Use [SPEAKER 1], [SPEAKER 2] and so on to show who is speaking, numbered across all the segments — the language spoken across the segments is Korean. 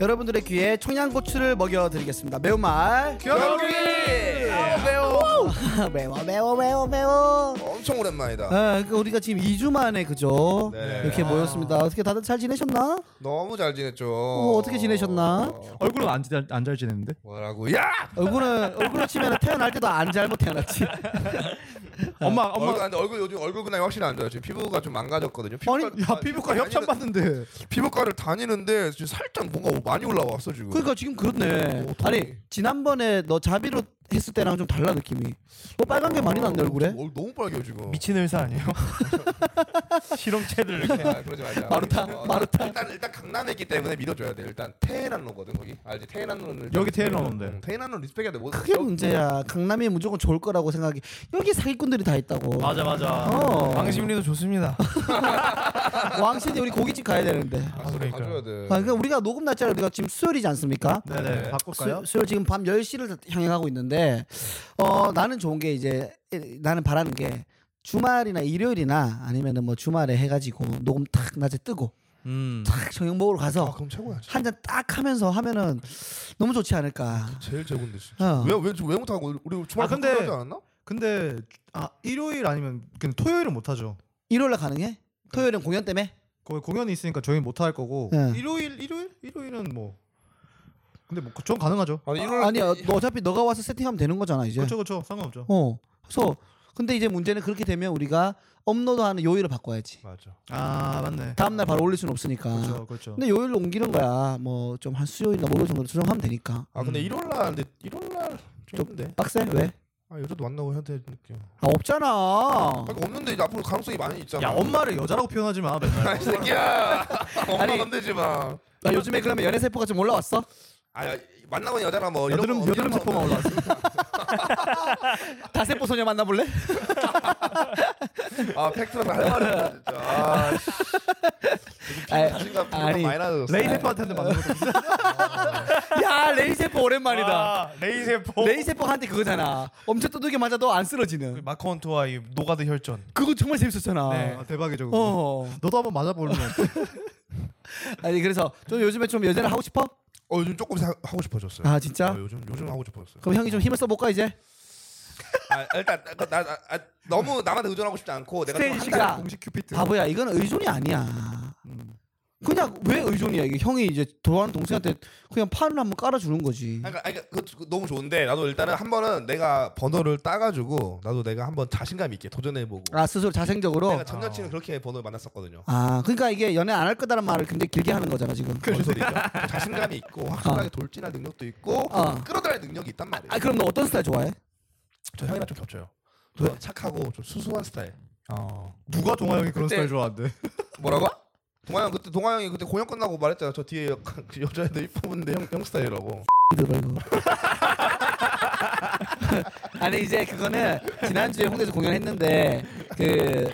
[SPEAKER 1] 여러분들의 귀에 청양고추를 먹여드리겠습니다. 매운말
[SPEAKER 2] 아우 매워.
[SPEAKER 1] 매워 매워 매워 매워.
[SPEAKER 2] 엄청 오랜만이다.
[SPEAKER 1] 아, 그러니까 우리가 지금 2주 만에 그죠?
[SPEAKER 2] 네.
[SPEAKER 1] 이렇게 모였습니다. 어떻게 다들 잘 지내셨나?
[SPEAKER 2] 너무 잘 지냈죠.
[SPEAKER 1] 어, 어떻게 지내셨나?
[SPEAKER 3] 얼굴은 안잘 안 잘 지냈는데?
[SPEAKER 2] 뭐라고? 야!
[SPEAKER 1] 얼굴은 얼굴로 치면 태어날 때도 안 잘못 태어났지.
[SPEAKER 3] 엄마
[SPEAKER 2] 엄마 얼굴,
[SPEAKER 3] 엄마
[SPEAKER 2] 근데 얼굴 요즘 얼굴 근황이 확실히 안 좋아요. 지금 피부가 좀 망가졌거든요. 피부과,
[SPEAKER 1] 아니,
[SPEAKER 3] 야 피부과 협찬 받는데
[SPEAKER 2] 피부과를 다니는데 지금 살짝 뭔가 많이 올라왔어 지금.
[SPEAKER 1] 그러니까 지금 그렇네.
[SPEAKER 2] 어, 어떡해.
[SPEAKER 1] 아니 지난번에 너 자비로 했을 때랑 좀 달라 느낌이. 뭐 빨간 게 많이 났네 얼굴에.
[SPEAKER 2] 얼굴 어, 너무 빨개요 지금.
[SPEAKER 3] 미친 의사 아니에요? 실험체들 이렇게
[SPEAKER 2] 아, 그러지 말자.
[SPEAKER 1] 마루타,
[SPEAKER 2] 어,
[SPEAKER 1] 마루타.
[SPEAKER 2] 일단 일단 강남에 있기 때문에 밀어줘야 돼. 일단 테헤란로거든 거기. 알지? 테헤란로는 음,
[SPEAKER 3] 여기 테헤란로인데.
[SPEAKER 2] 테헤란로 리스펙해야 돼. 뭐,
[SPEAKER 1] 그게
[SPEAKER 2] 여기-
[SPEAKER 1] 문제야. 강남이 무조건 좋을 거라고 생각이. 여기 사기꾼들이 다 있다고.
[SPEAKER 3] 맞아 맞아
[SPEAKER 1] 어.
[SPEAKER 3] 방심리도 좋습니다
[SPEAKER 1] 왕신이 우리 고깃집 가야 되는데.
[SPEAKER 2] 아, 소리
[SPEAKER 3] 그러니까요.
[SPEAKER 2] 가져야 돼.
[SPEAKER 1] 아, 그러니까 우리가 녹음 날짜를 우리가 지금 수요일이지 않습니까?
[SPEAKER 3] 네네
[SPEAKER 1] 수,
[SPEAKER 3] 바꿀까요?
[SPEAKER 1] 수요일 지금 밤 10시를 향해 가고 있는데 어 나는 좋은 게 이제 에, 나는 바라는 게 주말이나 일요일이나 아니면은 뭐 주말에 해 가지고 녹음 탁 낮에 뜨고
[SPEAKER 3] 음 그렇죠.
[SPEAKER 1] 탁 저녁 먹으러
[SPEAKER 2] 아
[SPEAKER 1] 가서
[SPEAKER 2] 그럼 최고야. 진짜.
[SPEAKER 1] 한 잔 딱 하면서 하면은 너무 좋지 않을까?
[SPEAKER 2] 제일 최고인데 진짜.
[SPEAKER 1] 어.
[SPEAKER 2] 왜왜왜 못하고 우리 주말
[SPEAKER 3] 아, 근데-
[SPEAKER 2] 하지 않았나?
[SPEAKER 3] 근데 아 일요일 아니면 그냥 토요일은 못 하죠
[SPEAKER 1] 일요일 날 가능해? 토요일은 공연 때문에?
[SPEAKER 3] 거기 공연이 있으니까 저희 는 못 할 거고
[SPEAKER 1] 네.
[SPEAKER 3] 일요일 일요일 일요일은 뭐 근데 뭐전 가능하죠
[SPEAKER 2] 아니
[SPEAKER 1] 아, 아니야. 너 어차피 너가 와서 세팅하면 되는 거잖아, 이제.
[SPEAKER 3] 그렇죠 그렇죠 상관없죠
[SPEAKER 1] 어. 그래서 근데 이제 문제는 그렇게 되면 우리가 업로드하는 요일을 바꿔야지.
[SPEAKER 2] 맞아.
[SPEAKER 3] 아 맞네
[SPEAKER 1] 다음 날 바로 올릴 수는 없으니까.
[SPEAKER 3] 그렇죠 그렇죠
[SPEAKER 1] 근데 요일로 옮기는 거야. 뭐 좀 한 수요일이나 목요일 정도로 조정하면 되니까.
[SPEAKER 2] 아 근데
[SPEAKER 3] 음.
[SPEAKER 2] 일요일 날 근데 일요일 날 좀데.
[SPEAKER 1] 빡세? 왜?
[SPEAKER 2] 아 여자도 만나고 해야 될 느낌.
[SPEAKER 1] 아 없잖아.
[SPEAKER 2] 아니, 없는데 이제 앞으로 가능성이 많이 있잖아.
[SPEAKER 3] 야 엄마를 여자라고 표현하지 마 맨날
[SPEAKER 2] 아, 이 새끼야. 엄마
[SPEAKER 1] 아니.
[SPEAKER 2] 건들지 마.
[SPEAKER 1] 나 요즘에 그러면 연애 세포가 좀 올라왔어?
[SPEAKER 2] 아 만나고 여자라 뭐 이런
[SPEAKER 3] 여드름
[SPEAKER 2] 거-
[SPEAKER 3] 여드름
[SPEAKER 2] 이런 거
[SPEAKER 3] 세포만
[SPEAKER 2] 없는데.
[SPEAKER 3] 올라왔어
[SPEAKER 1] 다세포 소녀 만나볼래?
[SPEAKER 2] 아 팩트랑 할 말이야 진짜. 아, 씨. 요즘 피부
[SPEAKER 1] 아니,
[SPEAKER 2] 자신감 피부가
[SPEAKER 1] 아니,
[SPEAKER 2] 많이 나졌어. 네.
[SPEAKER 3] 레이 세포한테는 맞는 것도 있어
[SPEAKER 1] 야 레이 세포 오랜만이다.
[SPEAKER 3] 아, 레이 세포
[SPEAKER 1] 레이 세포 한테 그거잖아. 엄청 두들겨 맞아도 안
[SPEAKER 3] 네.
[SPEAKER 1] 쓰러지는.
[SPEAKER 3] 마커헌트와 이 노가드 혈전
[SPEAKER 1] 그거 정말 재밌었잖아.
[SPEAKER 3] 아, 대박이죠 그거
[SPEAKER 1] 네. 어.
[SPEAKER 3] 너도 한번 맞아보려면
[SPEAKER 1] 아니 그래서 좀 요즘에 좀 연애를 하고 싶어?
[SPEAKER 2] 어 요즘 조금 사- 하고 싶어졌어요.
[SPEAKER 1] 아
[SPEAKER 2] 어,
[SPEAKER 1] 진짜?
[SPEAKER 2] 요즘 요즘 하고 싶어졌어요.
[SPEAKER 1] 그럼 형이 좀 힘을 써볼까 이제?
[SPEAKER 2] 아, 일단 나, 나, 나 아, 너무 남한테 의존하고 싶지 않고 내가 좀
[SPEAKER 1] 스테이지
[SPEAKER 2] 한
[SPEAKER 1] 시간.
[SPEAKER 3] 공식 큐피트
[SPEAKER 1] 바보야 이건 의존이 아니야.
[SPEAKER 2] 음.
[SPEAKER 1] 그냥 왜 의존이야 이게 형이 이제 돌아오는 동생한테 그냥 판을 한번 깔아주는 거지.
[SPEAKER 2] 그러니까, 아니, 그러니까 그거 너무 좋은데 나도 일단은 한 번은 내가 번호를 따가지고 나도 내가 한번 자신감 있게 도전해보고
[SPEAKER 1] 아 스스로 자생적으로.
[SPEAKER 2] 내가 전 여친은 그렇게 번호를 만났었거든요.
[SPEAKER 1] 아 그러니까 이게 연애 안 할 거다라는 말을 굉장히 길게 하는 거잖아 지금.
[SPEAKER 2] 뭔 소리죠? 자신감이 있고 확실하게 돌진할 능력도 있고
[SPEAKER 1] 어.
[SPEAKER 2] 끌어들일 능력이 있단 말이에요.
[SPEAKER 1] 아 그럼 너 어떤 스타일 좋아해?
[SPEAKER 2] 저 형이랑 좀 겹쳐요. 저 착하고 좀 수수한 스타일. 어.
[SPEAKER 3] 누가 동아 형이 그런
[SPEAKER 2] 그때-
[SPEAKER 3] 스타일 좋아한대
[SPEAKER 2] 뭐라고? 동아 형 그때 동아 형이 그때 공연 끝나고 말했잖아. 저 뒤에 약간 그 여자애들 이쁘는데 형, 형 스타일이라고.
[SPEAKER 1] 이들 말고. 아니 이제 그거는 지난주에 홍대에서 공연했는데 그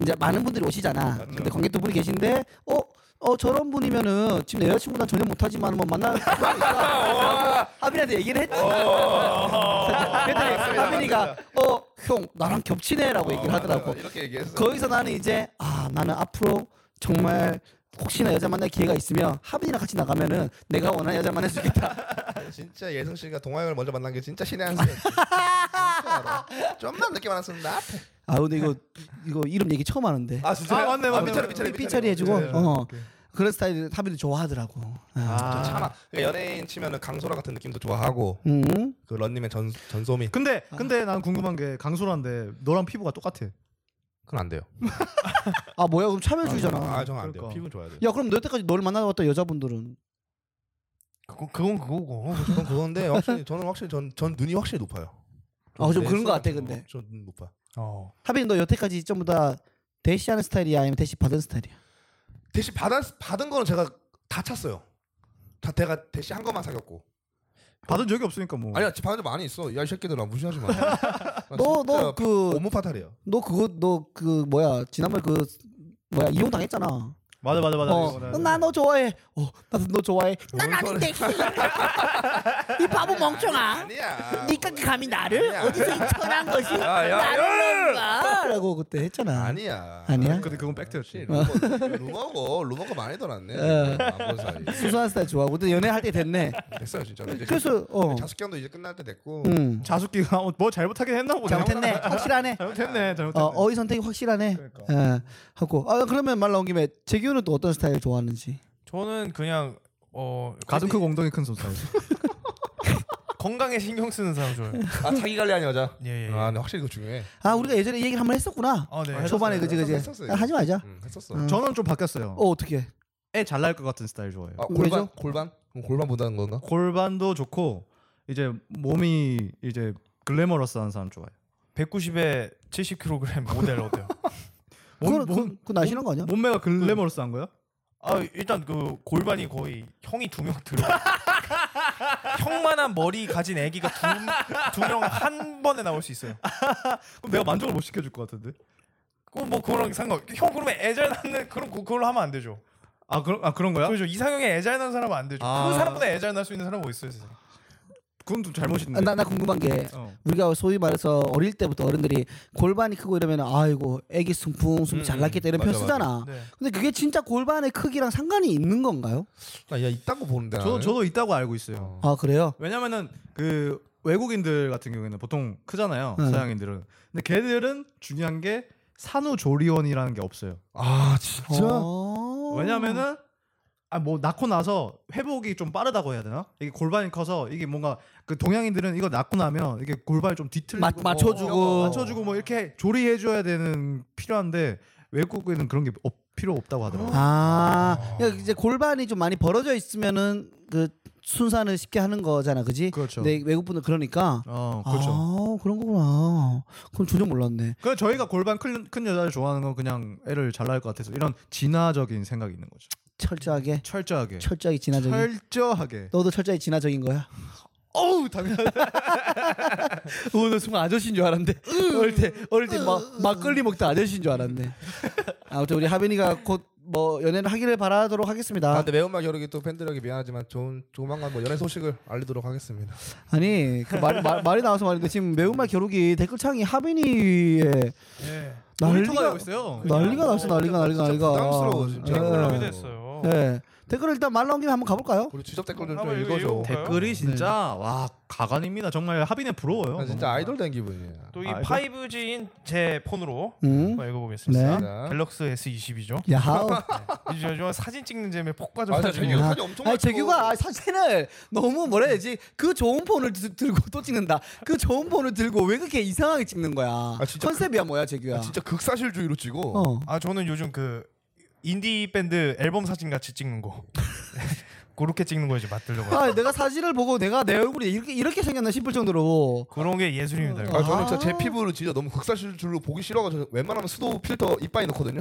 [SPEAKER 1] 이제 많은 분들이 오시잖아. 근데 관객 두 분이 계신데 어. 어 저런 분이면은 지금 내 여자친구랑 전혀 못하지만 뭐 만나 하빈이한테 얘기를 했지
[SPEAKER 2] 어.
[SPEAKER 1] 근데
[SPEAKER 2] 맞습니다, 아,
[SPEAKER 1] 하빈이가 어 형 나랑 겹치네라고 얘기를 하더라고
[SPEAKER 2] 이렇게 얘기했어.
[SPEAKER 1] 거기서 나는 이제 아 나는 앞으로 정말 혹시나 여자 만날 기회가 있으면 하빈이랑 같이 나가면은 내가 원하는 여자 만날 수 있겠다.
[SPEAKER 2] 진짜 예성 씨가 동아 형을 먼저 만난 게 진짜 신의 한 수였어. 진짜로. 좀만 늦게 만났으면 나 앞에.
[SPEAKER 1] 아 근데 이거 이거 이름 얘기 처음 하는데.
[SPEAKER 2] 아 진짜.
[SPEAKER 3] 아, 맞네, 맞네.
[SPEAKER 2] 삐처리 삐처리 네.
[SPEAKER 1] 삐- 삐처리 해주고
[SPEAKER 3] 삐처리 해주고.
[SPEAKER 1] 어 그런 스타일 하빈이 좋아하더라고. 네.
[SPEAKER 2] 저
[SPEAKER 3] 아
[SPEAKER 2] 차마 그러니까 연예인 치면은 강소라 같은 느낌도 좋아하고
[SPEAKER 1] 음.
[SPEAKER 2] 그 런님의 전 전소민
[SPEAKER 3] 근데 근데 난 궁금한 게 강소라인데 너랑 피부가 똑같아
[SPEAKER 2] 그건 안 돼요.
[SPEAKER 1] 아 뭐야 그럼 차별주의잖아.
[SPEAKER 2] 아 저는 안 돼요.
[SPEAKER 3] 그러니까.
[SPEAKER 2] 피부 좋아야 돼.
[SPEAKER 1] 야 그럼 너 여태까지 널 만나봤던 여자분들은
[SPEAKER 2] 그건 그건 그거고 그건 그건데 확실히 저는 확실히 전, 전 눈이 확실히 높아요.
[SPEAKER 1] 아, 좀 그런
[SPEAKER 2] 것
[SPEAKER 1] 것 같아, 근데.
[SPEAKER 2] 좀눈 높아.
[SPEAKER 3] 어
[SPEAKER 1] 하빈이 너 여태까지 전부 다 대시하는 스타일이야 아니면 대시 받은 스타일이야?
[SPEAKER 2] 대신 받았 받은 거는 제가 다 찼어요. 다 내가 대신 한 것만 사겼고.
[SPEAKER 3] 받은 적이 없으니까 뭐
[SPEAKER 2] 아니야 지금 받은 적 많이 있어. 야 이 새끼들아 무시하지 마.
[SPEAKER 1] 너 너 그 너
[SPEAKER 2] 오모 파탈이에요.
[SPEAKER 1] 그거 너 그 뭐야 지난번 그 뭐야 이혼 당했잖아.
[SPEAKER 3] 맞아 맞아 맞아.
[SPEAKER 2] 네,
[SPEAKER 1] 어, 나 너 좋아해. 어, 나도 너 좋아해. 난
[SPEAKER 2] 뭔
[SPEAKER 1] 아닌데. 이 바보 멍청아.
[SPEAKER 2] 아니야.
[SPEAKER 1] 니까지 감히 나를
[SPEAKER 2] 아니야.
[SPEAKER 1] 어디서 이 천한 것이
[SPEAKER 2] 야, 야,
[SPEAKER 1] 나를 넣은가라고 그때 했잖아.
[SPEAKER 2] 아니야.
[SPEAKER 1] 아니야? 어.
[SPEAKER 3] 근데 그건 팩트였지.
[SPEAKER 2] 루머, 루머고 루머가 많이 돌았네. 안본 사이.
[SPEAKER 1] 수수한 스타일 좋아하고 근데 연애할 때 됐네.
[SPEAKER 2] 됐어요 진짜. 이제
[SPEAKER 1] 그래서
[SPEAKER 3] 아,
[SPEAKER 1] 어,
[SPEAKER 2] 자숙경도 이제 끝날 때 됐고.
[SPEAKER 1] 음,
[SPEAKER 3] 자숙기가 뭐 잘못하긴 했나 보네.
[SPEAKER 1] 잘못했네. 확실하네.
[SPEAKER 3] 잘못했네.
[SPEAKER 1] 어,
[SPEAKER 3] 잘못했네.
[SPEAKER 1] 어휘 선택이 확실하네.
[SPEAKER 3] 그러니까.
[SPEAKER 1] 예, 하고 아 그러면 말 나온 김에 재규는 또 어떤 스타일 좋아하는지.
[SPEAKER 4] 저는 그냥 어
[SPEAKER 3] 가슴 크고 엉덩이 큰 손사이.
[SPEAKER 4] 건강에 신경 쓰는 사람 좋아요.
[SPEAKER 2] 아 자기 관리하는 여자.
[SPEAKER 4] 예, 예.
[SPEAKER 2] 아, 근데 확실히 그거 중요해.
[SPEAKER 1] 아 우리가 예전에 이 얘기를 한 번 했었구나.
[SPEAKER 4] 아, 네.
[SPEAKER 1] 초반에 그지 그지.
[SPEAKER 2] 했었어요.
[SPEAKER 1] 아, 하지 말자.
[SPEAKER 2] 음, 했었어.
[SPEAKER 1] 음.
[SPEAKER 3] 저는 좀 바뀌었어요.
[SPEAKER 1] 어 어떻게?
[SPEAKER 3] 애 잘 날 것 같은 스타일 좋아해요.
[SPEAKER 2] 아, 골반
[SPEAKER 1] 왜죠?
[SPEAKER 2] 골반 그럼 골반 본다는 건가?
[SPEAKER 3] 골반도 좋고 이제 몸이 이제 글래머러스한 사람 좋아해요.
[SPEAKER 4] 190에 70kg 모델 어때요?
[SPEAKER 1] 그건
[SPEAKER 3] 몸-
[SPEAKER 1] 그건 그건 나시는 거 아니야?
[SPEAKER 3] 몸매가 글래머러스한 거야?
[SPEAKER 4] 아 일단 그 골반이 거의 형이 두 명 들어. 형만한 머리 가진 아기가 두명 한 번에 나올 수 있어요.
[SPEAKER 3] 그럼 내가 만족을 못 시켜줄 것 같은데.
[SPEAKER 4] 그뭐 그거랑 상관. 형 그러면 애잘 낳는 그런 그- 그걸로 하면 안 되죠.
[SPEAKER 3] 아 그런 아 그런 거야?
[SPEAKER 4] 그죠 이상형에 애잘 낳는 사람은 안 되죠.
[SPEAKER 3] 아.
[SPEAKER 4] 그 사람보다 애잘 낳을 수 있는 사람은 뭐 있어요? 세상에.
[SPEAKER 3] 그건 좀 잘못인데.
[SPEAKER 1] 아, 나, 나 궁금한 게
[SPEAKER 3] 어.
[SPEAKER 1] 우리가 소위 말해서 어릴 때부터 어른들이 골반이 크고 이러면 아이고 애기
[SPEAKER 2] 음,
[SPEAKER 1] 승풍승 잘 났겠다 이런
[SPEAKER 2] 맞아,
[SPEAKER 1] 표현 쓰잖아.
[SPEAKER 4] 네.
[SPEAKER 1] 근데 그게 진짜 골반의 크기랑 상관이 있는 건가요?
[SPEAKER 2] 아, 야 이딴 거 보는데.
[SPEAKER 3] 저도
[SPEAKER 2] 나는.
[SPEAKER 3] 저도 있다고 알고 있어요.
[SPEAKER 1] 아 그래요?
[SPEAKER 3] 왜냐면은 그 외국인들 같은 경우에는 보통 크잖아요.
[SPEAKER 1] 네.
[SPEAKER 3] 서양인들은. 근데 걔들은 중요한 게 산후조리원이라는 게 없어요.
[SPEAKER 2] 아 진짜.
[SPEAKER 1] 아.
[SPEAKER 3] 왜냐면은 아 뭐 낳고 나서 회복이 좀 빠르다고 해야 되나? 이게 골반이 커서 이게 뭔가 그 동양인들은 이거 낳고 나면 이게 골반이 좀 뒤틀리고
[SPEAKER 1] 맞- 맞춰주고.
[SPEAKER 3] 뭐 맞춰주고 뭐 이렇게 조리해 줘야 되는 필요한데 외국인은 그런 게 없- 필요 없다고 하더라고요.
[SPEAKER 1] 아, 그러니까 이제 골반이 좀 많이 벌어져 있으면은 그 순산을 쉽게 하는 거잖아, 그지?
[SPEAKER 3] 그렇죠.
[SPEAKER 1] 근데 외국분들 그러니까.
[SPEAKER 3] 어, 그렇죠.
[SPEAKER 1] 네. 아, 그런 거구나. 그럼 전혀 몰랐네.
[SPEAKER 3] 그 저희가 골반 큰, 큰 여자를 좋아하는 건 그냥 애를 잘 낳을 것 같아서 이런 진화적인 생각이 있는 거죠.
[SPEAKER 1] 철저하게,
[SPEAKER 3] 철저하게.
[SPEAKER 1] 네. 철저히 진화적인.
[SPEAKER 3] 철저하게.
[SPEAKER 1] 너도 철저히 진화적인 거야.
[SPEAKER 3] 어우 당연하다.
[SPEAKER 1] 오늘 순간 어, 아저씨인 줄 알았는데 어릴 때 어릴 때 막 막걸리 먹다 아저씨인 줄 알았네. 음. 아무튼 우리 하빈이가 곧 뭐 연애를 하기를 바라도록
[SPEAKER 2] 아,
[SPEAKER 1] 하겠습니다.
[SPEAKER 2] 근데 매운맛 여러기 또 팬들에게 미안하지만 좋은 조만간 뭐 연애 소식을 알리도록 하겠습니다.
[SPEAKER 1] 아니 그 말, 말, 말이 나와서 말인데 지금 매운말 겨루기 댓글창이 하빈이의
[SPEAKER 4] 네.
[SPEAKER 3] 난리가
[SPEAKER 1] 난리가
[SPEAKER 3] 있어요.
[SPEAKER 1] 난리가 났어 난리가 난리가
[SPEAKER 2] 진짜
[SPEAKER 1] 난리가
[SPEAKER 2] 부담스러워, 진짜.
[SPEAKER 1] 예.
[SPEAKER 2] 몰라.
[SPEAKER 4] 그렇게 됐어요.
[SPEAKER 3] 네.
[SPEAKER 1] 예. 댓글을 일단 말 나온 김에 한번 가볼까요?
[SPEAKER 2] 우리 지적 댓글
[SPEAKER 3] 아,
[SPEAKER 2] 좀,
[SPEAKER 4] 한번
[SPEAKER 2] 좀
[SPEAKER 4] 이거
[SPEAKER 2] 읽어줘.
[SPEAKER 4] 읽어볼까요?
[SPEAKER 3] 댓글이 진짜 와 가관입니다. 정말 하빈에 부러워요.
[SPEAKER 2] 나 진짜 네. 아이돌 된 기분이야.
[SPEAKER 4] 또 이
[SPEAKER 3] 아, 이거-
[SPEAKER 4] 5G인 제 폰으로
[SPEAKER 1] 음.
[SPEAKER 4] 한번 읽어보겠습니다.
[SPEAKER 1] 네.
[SPEAKER 2] 자.
[SPEAKER 4] 갤럭시 S20이죠.
[SPEAKER 1] 야하오.
[SPEAKER 4] 요즘 사진 찍는 재미에 폭
[SPEAKER 2] 맞아
[SPEAKER 4] 빠져가지고
[SPEAKER 2] 재규가 사진 엄청
[SPEAKER 1] 아니
[SPEAKER 2] 많죠.
[SPEAKER 1] 재규가 사진을 너무 뭐라 해야 되지? 그 좋은 폰을 드- 들고 또 찍는다. 그 좋은 폰을 들고 왜 그렇게 이상하게 찍는 거야?
[SPEAKER 2] 아, 진짜
[SPEAKER 1] 컨셉이야 뭐야 재규야?
[SPEAKER 2] 아, 진짜 극사실주의로 찍어.
[SPEAKER 1] 어.
[SPEAKER 4] 아 저는 요즘 그 인디 밴드 앨범 사진 같이 찍는 거 그렇게 찍는 거 이제 맛들려고
[SPEAKER 1] 아 내가 사진을 보고 내가 내 얼굴이 이렇게 이렇게 생겼나 싶을 정도로
[SPEAKER 4] 그런 게 예술입니다. 이거.
[SPEAKER 2] 아, 저는 진짜
[SPEAKER 1] 아.
[SPEAKER 2] 제 피부를 진짜 너무 극사실주의로 보기 싫어가지고 웬만하면 수도 필터 이빨에 넣거든요.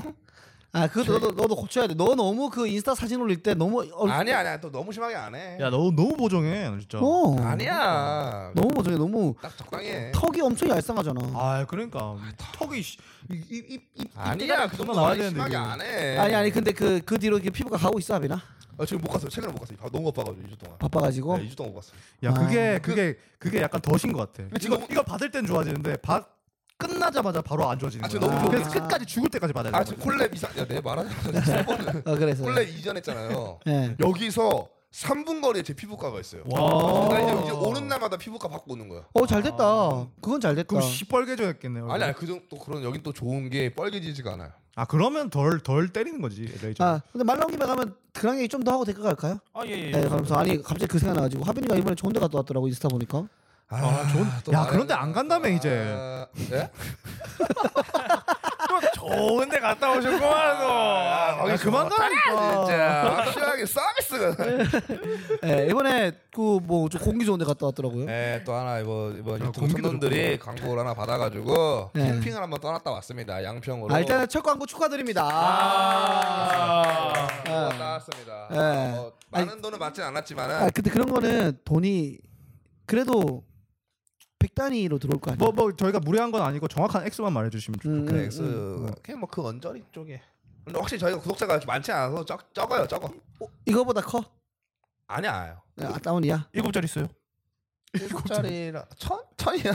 [SPEAKER 1] 아 그것도 너도, 너도 고쳐야 돼너 너무 그 인스타 사진 올릴 때 너무 어, 얼-
[SPEAKER 2] 아니야 아니야 또 너무 심하게 안 해.
[SPEAKER 3] 야 너 너무 보정해 진짜.
[SPEAKER 1] 어.
[SPEAKER 2] 아니야.
[SPEAKER 1] 너무 보정해 너무
[SPEAKER 2] 딱 적당해.
[SPEAKER 1] 턱이 엄청 얄쌍하잖아
[SPEAKER 3] 아 그러니까 턱이 씨- 이- 이- 이- 이-
[SPEAKER 2] 아니야 그 정도
[SPEAKER 3] 나와야
[SPEAKER 2] 많이
[SPEAKER 3] 되는데,
[SPEAKER 2] 심하게
[SPEAKER 3] 이거.
[SPEAKER 2] 안 해.
[SPEAKER 1] 아니 아니 근데 그 그 뒤로 이렇게 피부가 가고 있어 하빈아
[SPEAKER 2] 아, 지금 못 갔어요. 최근에 못 갔어요. 바- 너무 바빠가지고 2주 동안.
[SPEAKER 1] 바빠가지고
[SPEAKER 2] 네, 2주 동안 못 갔어요.
[SPEAKER 3] 야
[SPEAKER 1] 아.
[SPEAKER 3] 그게 그게 그게 약간 덫인 것 같아.
[SPEAKER 2] 근데 지금-
[SPEAKER 3] 이거 이거 받을 땐 좋아지는데 받 끝나자마자 바로 안 좋아지는
[SPEAKER 2] 아,
[SPEAKER 3] 거야.
[SPEAKER 2] 지금 너무
[SPEAKER 3] 그래서
[SPEAKER 1] 좋아.
[SPEAKER 3] 끝까지 죽을 때까지 받아야 돼.
[SPEAKER 2] 아 지금 콜랩 이상 야 내가 말하자마자 세 번은
[SPEAKER 1] 어 그래서
[SPEAKER 2] 콜랩 이전 네. 했잖아요.
[SPEAKER 1] 예.
[SPEAKER 2] 여기서 3분 거리에 제 피부과가 있어요.
[SPEAKER 3] 와.
[SPEAKER 2] 그러니까 이제, 이제 오는 날마다 피부과 바꾸는 거야.
[SPEAKER 1] 어 잘됐다 그건 잘됐다
[SPEAKER 3] 그럼 시뻘개져야겠네요.
[SPEAKER 2] 아니 아니 그정 또 그런 여긴 또 좋은 게 뻘개지지가 않아요.
[SPEAKER 3] 아 그러면 덜 덜 때리는 거지 레이저.
[SPEAKER 1] 아 근데 말 나온 김에 가면 그랑 얘기 좀 더 하고 댓글 갈까요?
[SPEAKER 4] 아 예예.
[SPEAKER 1] 네, 그러면서 아니 갑자기 그 생각 나가지고 하빈이가 이번에 좋은 데 갔다 왔더라고 인스타 보니까
[SPEAKER 2] 아,
[SPEAKER 3] 좋은-
[SPEAKER 2] 또
[SPEAKER 3] 야,
[SPEAKER 2] 말해야
[SPEAKER 3] 그런데
[SPEAKER 2] 되나?
[SPEAKER 3] 안 간다며, 이제.
[SPEAKER 2] 아, 예?
[SPEAKER 4] 아, 좋은데 갔다 오셨구만 너.
[SPEAKER 2] 아,
[SPEAKER 3] 야, 그만 가라니까.
[SPEAKER 2] 진짜 확실하게 서비스가.
[SPEAKER 1] 예, 이번에 그 뭐 좀 공기 좋은 데 갔다 왔더라고요 아,
[SPEAKER 2] 네, 또 하나 이번 이번
[SPEAKER 3] 야,
[SPEAKER 2] 유튜브
[SPEAKER 3] 공기도
[SPEAKER 2] 천돈들이 광고를 하나 받아가지고
[SPEAKER 1] 네.
[SPEAKER 2] 캠핑을 한번 떠났다 왔습니다. 양평으로. 어,
[SPEAKER 1] 아, 일단은 첫 광고 축하드립니다
[SPEAKER 4] 아.
[SPEAKER 2] 아, 나왔습니다.
[SPEAKER 1] 예.
[SPEAKER 2] 어, 많은 돈은 받진 않았지만은
[SPEAKER 1] 아 근데 그런 거는 돈이 그래도 백 단위로 들어올 거 아니야?
[SPEAKER 3] 뭐, 뭐뭐 저희가 무례한 건 아니고 정확한 액수만 말해주시면 좋
[SPEAKER 1] 음,
[SPEAKER 2] 그래
[SPEAKER 1] 음,
[SPEAKER 2] 엑스
[SPEAKER 1] 음.
[SPEAKER 2] 그냥 뭐그 언저리 쪽에 근데 확실히 저희가 구독자가 이렇게 많지 않아서 적, 적어요 적어
[SPEAKER 1] 어, 이거보다 커?
[SPEAKER 2] 아니야
[SPEAKER 1] 아, 다운이야.
[SPEAKER 4] 일곱 자리 있어요.
[SPEAKER 2] 일곱 자리라 천? 천이야?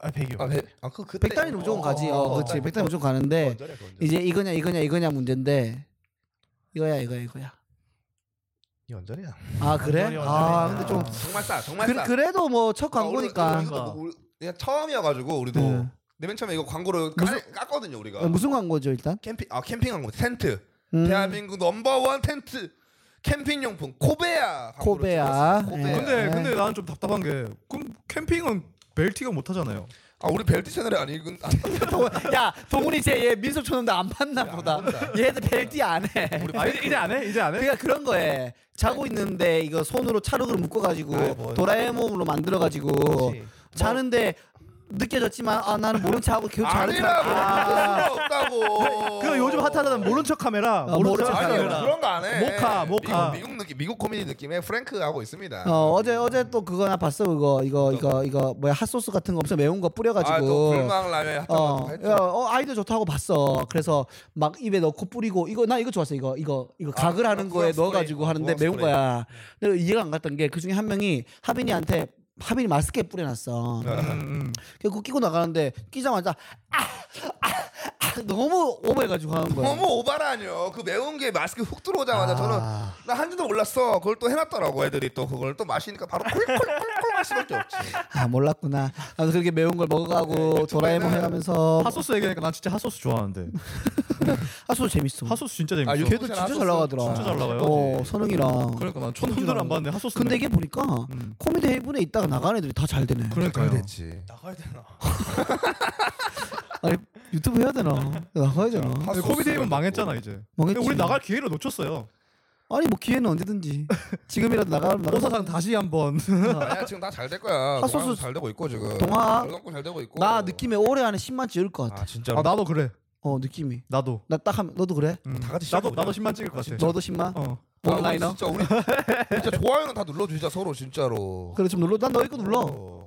[SPEAKER 4] 아 백이요.
[SPEAKER 2] 아, 네. 아, 그 그때
[SPEAKER 1] 백단위는 무조건 가지. 어, 그렇지. 백단위
[SPEAKER 2] 는
[SPEAKER 1] 무조건 가는데
[SPEAKER 2] 그
[SPEAKER 1] 이제 이거냐 이거냐 이거냐 문제인데 이거야 이거야 이거야.
[SPEAKER 2] 이 언저리야.
[SPEAKER 1] 아 그래?
[SPEAKER 3] 완전히
[SPEAKER 1] 아
[SPEAKER 3] 완전히
[SPEAKER 1] 근데 좀
[SPEAKER 3] 그냥.
[SPEAKER 2] 정말 싸. 정말 싸.
[SPEAKER 1] 그, 래도 뭐 첫
[SPEAKER 2] 아, 우리,
[SPEAKER 1] 광고니까
[SPEAKER 2] 이것도 뭐 우리 그냥 처음이어가지고 우리도
[SPEAKER 1] 네.
[SPEAKER 2] 근데 맨 처음에 이거 광고를 까, 깠거든요 우리가.
[SPEAKER 1] 어, 무슨 광고죠 일단?
[SPEAKER 2] 캠핑 아 캠핑 광고 텐트.
[SPEAKER 1] 음.
[SPEAKER 2] 대한민국 넘버원 텐트 캠핑 용품 코베아. 광고를
[SPEAKER 1] 코베아.
[SPEAKER 2] 찍었어요.
[SPEAKER 1] 예.
[SPEAKER 2] 코베아.
[SPEAKER 3] 근데 근데 나는 좀 답답한 게 그럼 캠핑은 벨티가 못 하잖아요.
[SPEAKER 2] 아 우리 벨트 채널에 안 읽은 아,
[SPEAKER 1] 야 동훈이 쟤얘 민속 초는데 안 봤나 보다. 얘들 벨티 안 해.
[SPEAKER 3] 아 이제, 이제 안 해? 이제
[SPEAKER 2] 네?
[SPEAKER 3] 안 해?
[SPEAKER 1] 그러니까 그런 거에 자고 있는데 이거 손으로 차륙을 묶어가지고
[SPEAKER 2] 네,
[SPEAKER 4] 아이, 뭐.
[SPEAKER 1] 도라에몽으로 만들어가지고
[SPEAKER 2] 뭐.
[SPEAKER 4] 그렇지.
[SPEAKER 1] 자는데 느껴졌지만 아 나는 모른 척하고 결국 자는 척.
[SPEAKER 2] 아니라고
[SPEAKER 1] 아,
[SPEAKER 2] 아,
[SPEAKER 1] 네.
[SPEAKER 2] 없다고.
[SPEAKER 3] 그 요즘
[SPEAKER 1] 뭐-
[SPEAKER 3] 핫하다는 모른 척 카메라,
[SPEAKER 1] 아, 모른
[SPEAKER 3] 모른
[SPEAKER 1] 척
[SPEAKER 3] 척
[SPEAKER 2] 아니 뭐
[SPEAKER 1] 카메라.
[SPEAKER 3] 카메라.
[SPEAKER 2] 그런 거 안 해.
[SPEAKER 3] 모카, 모카.
[SPEAKER 2] 미국, 미국 느낌 미국 코미디 느낌의 프랭크 하고 있습니다.
[SPEAKER 1] 어 어제 어제 또 그거 나 봤어 그거 이거 이거 이거 뭐야 핫소스 같은 거 엄청 매운 거
[SPEAKER 2] 아또
[SPEAKER 1] 뿌려가지고
[SPEAKER 2] 불망 라면 핫한
[SPEAKER 1] 어,
[SPEAKER 2] 거 했죠.
[SPEAKER 1] 야, 어 아이디어 좋다고 봤어. 그래서 막 입에 넣고 뿌리고 이거 나 이거 좋았어. 이거 이거 이거
[SPEAKER 2] 아,
[SPEAKER 1] 각을 하는
[SPEAKER 2] 그거
[SPEAKER 1] 거에
[SPEAKER 2] 스프레이.
[SPEAKER 1] 넣어가지고
[SPEAKER 2] 어,
[SPEAKER 1] 하는데
[SPEAKER 2] 그거
[SPEAKER 1] 매운
[SPEAKER 2] 스프레이.
[SPEAKER 1] 거야. 내가 이해가 안 갔던 게 그 중에 한 명이 하빈이한테 하빈이 마스크에 뿌려놨어.
[SPEAKER 2] 네.
[SPEAKER 3] 음.
[SPEAKER 1] 그래서 끼고 나가는데 끼자마자 아, 아, 아, 너무 오버해가지고 하는 거야.
[SPEAKER 2] 너무 오바라뇨. 그 매운 게 마스크 훅 들어오자마자
[SPEAKER 1] 네. 아.
[SPEAKER 2] 저는 나 한지도 몰랐어. 그걸 또 해놨더라고 애들이 또 그걸 또 마시니까 바로 콜콜콜콜 할 수밖에 없지.
[SPEAKER 1] 아 몰랐구나. 아, 그렇게 매운 걸
[SPEAKER 2] 네,
[SPEAKER 1] 먹어가고 도라에몽 해가면서 아,
[SPEAKER 3] 핫소스 얘기하니까 난 진짜 핫소스 좋아하는데
[SPEAKER 1] 핫소스 재밌어.
[SPEAKER 3] 핫소스 진짜 재밌어.
[SPEAKER 2] 아, 요새
[SPEAKER 1] 걔도 진짜 잘 나가더라.
[SPEAKER 3] 진짜 잘 나가요.
[SPEAKER 1] 어 선웅이랑.
[SPEAKER 3] 그러니까 난 천원들 안 봤는데 핫소스.
[SPEAKER 1] 근데 이게 보니까
[SPEAKER 3] 음.
[SPEAKER 1] 코미디 해븐에 있다가 나간 애들이 다 잘 되네.
[SPEAKER 3] 그러니까요.
[SPEAKER 2] 됐지.
[SPEAKER 4] 나가야 되나?
[SPEAKER 1] 아니 유튜브 해야 되나? 나가야 되나?
[SPEAKER 3] 근데 코미디 앱은 망했잖아 이제. 근데
[SPEAKER 1] 망했지.
[SPEAKER 3] 우리 나갈 기회를 놓쳤어요.
[SPEAKER 1] 아니 뭐 기회는 언제든지 지금이라도 나가면 나가.
[SPEAKER 3] 오사상 다시 한번.
[SPEAKER 2] 아니야 지금 다 잘 될 거야.
[SPEAKER 1] 핫소스
[SPEAKER 2] 동화도 잘 되고 있고 지금.
[SPEAKER 1] 동화.
[SPEAKER 2] 월급도 잘 되고 있고.
[SPEAKER 1] 나 느낌에 올해 안에 10만 찍을 것 같아.
[SPEAKER 2] 아 진짜.
[SPEAKER 3] 아 나도 그래.
[SPEAKER 1] 어 느낌이.
[SPEAKER 3] 나도.
[SPEAKER 1] 나 딱 하면 너도 그래?
[SPEAKER 3] 음.
[SPEAKER 2] 다 같이
[SPEAKER 3] 나도
[SPEAKER 2] 시작해보자.
[SPEAKER 3] 나도 10만 찍을 것 같아.
[SPEAKER 1] 너도 10만?
[SPEAKER 3] 어.
[SPEAKER 1] 온라인어?
[SPEAKER 2] 아, 진짜 우리 진짜 좋아요는 다 눌러주자 서로 진짜로.
[SPEAKER 1] 그래 좀 눌러. 난 너희 거 눌러.
[SPEAKER 2] 어.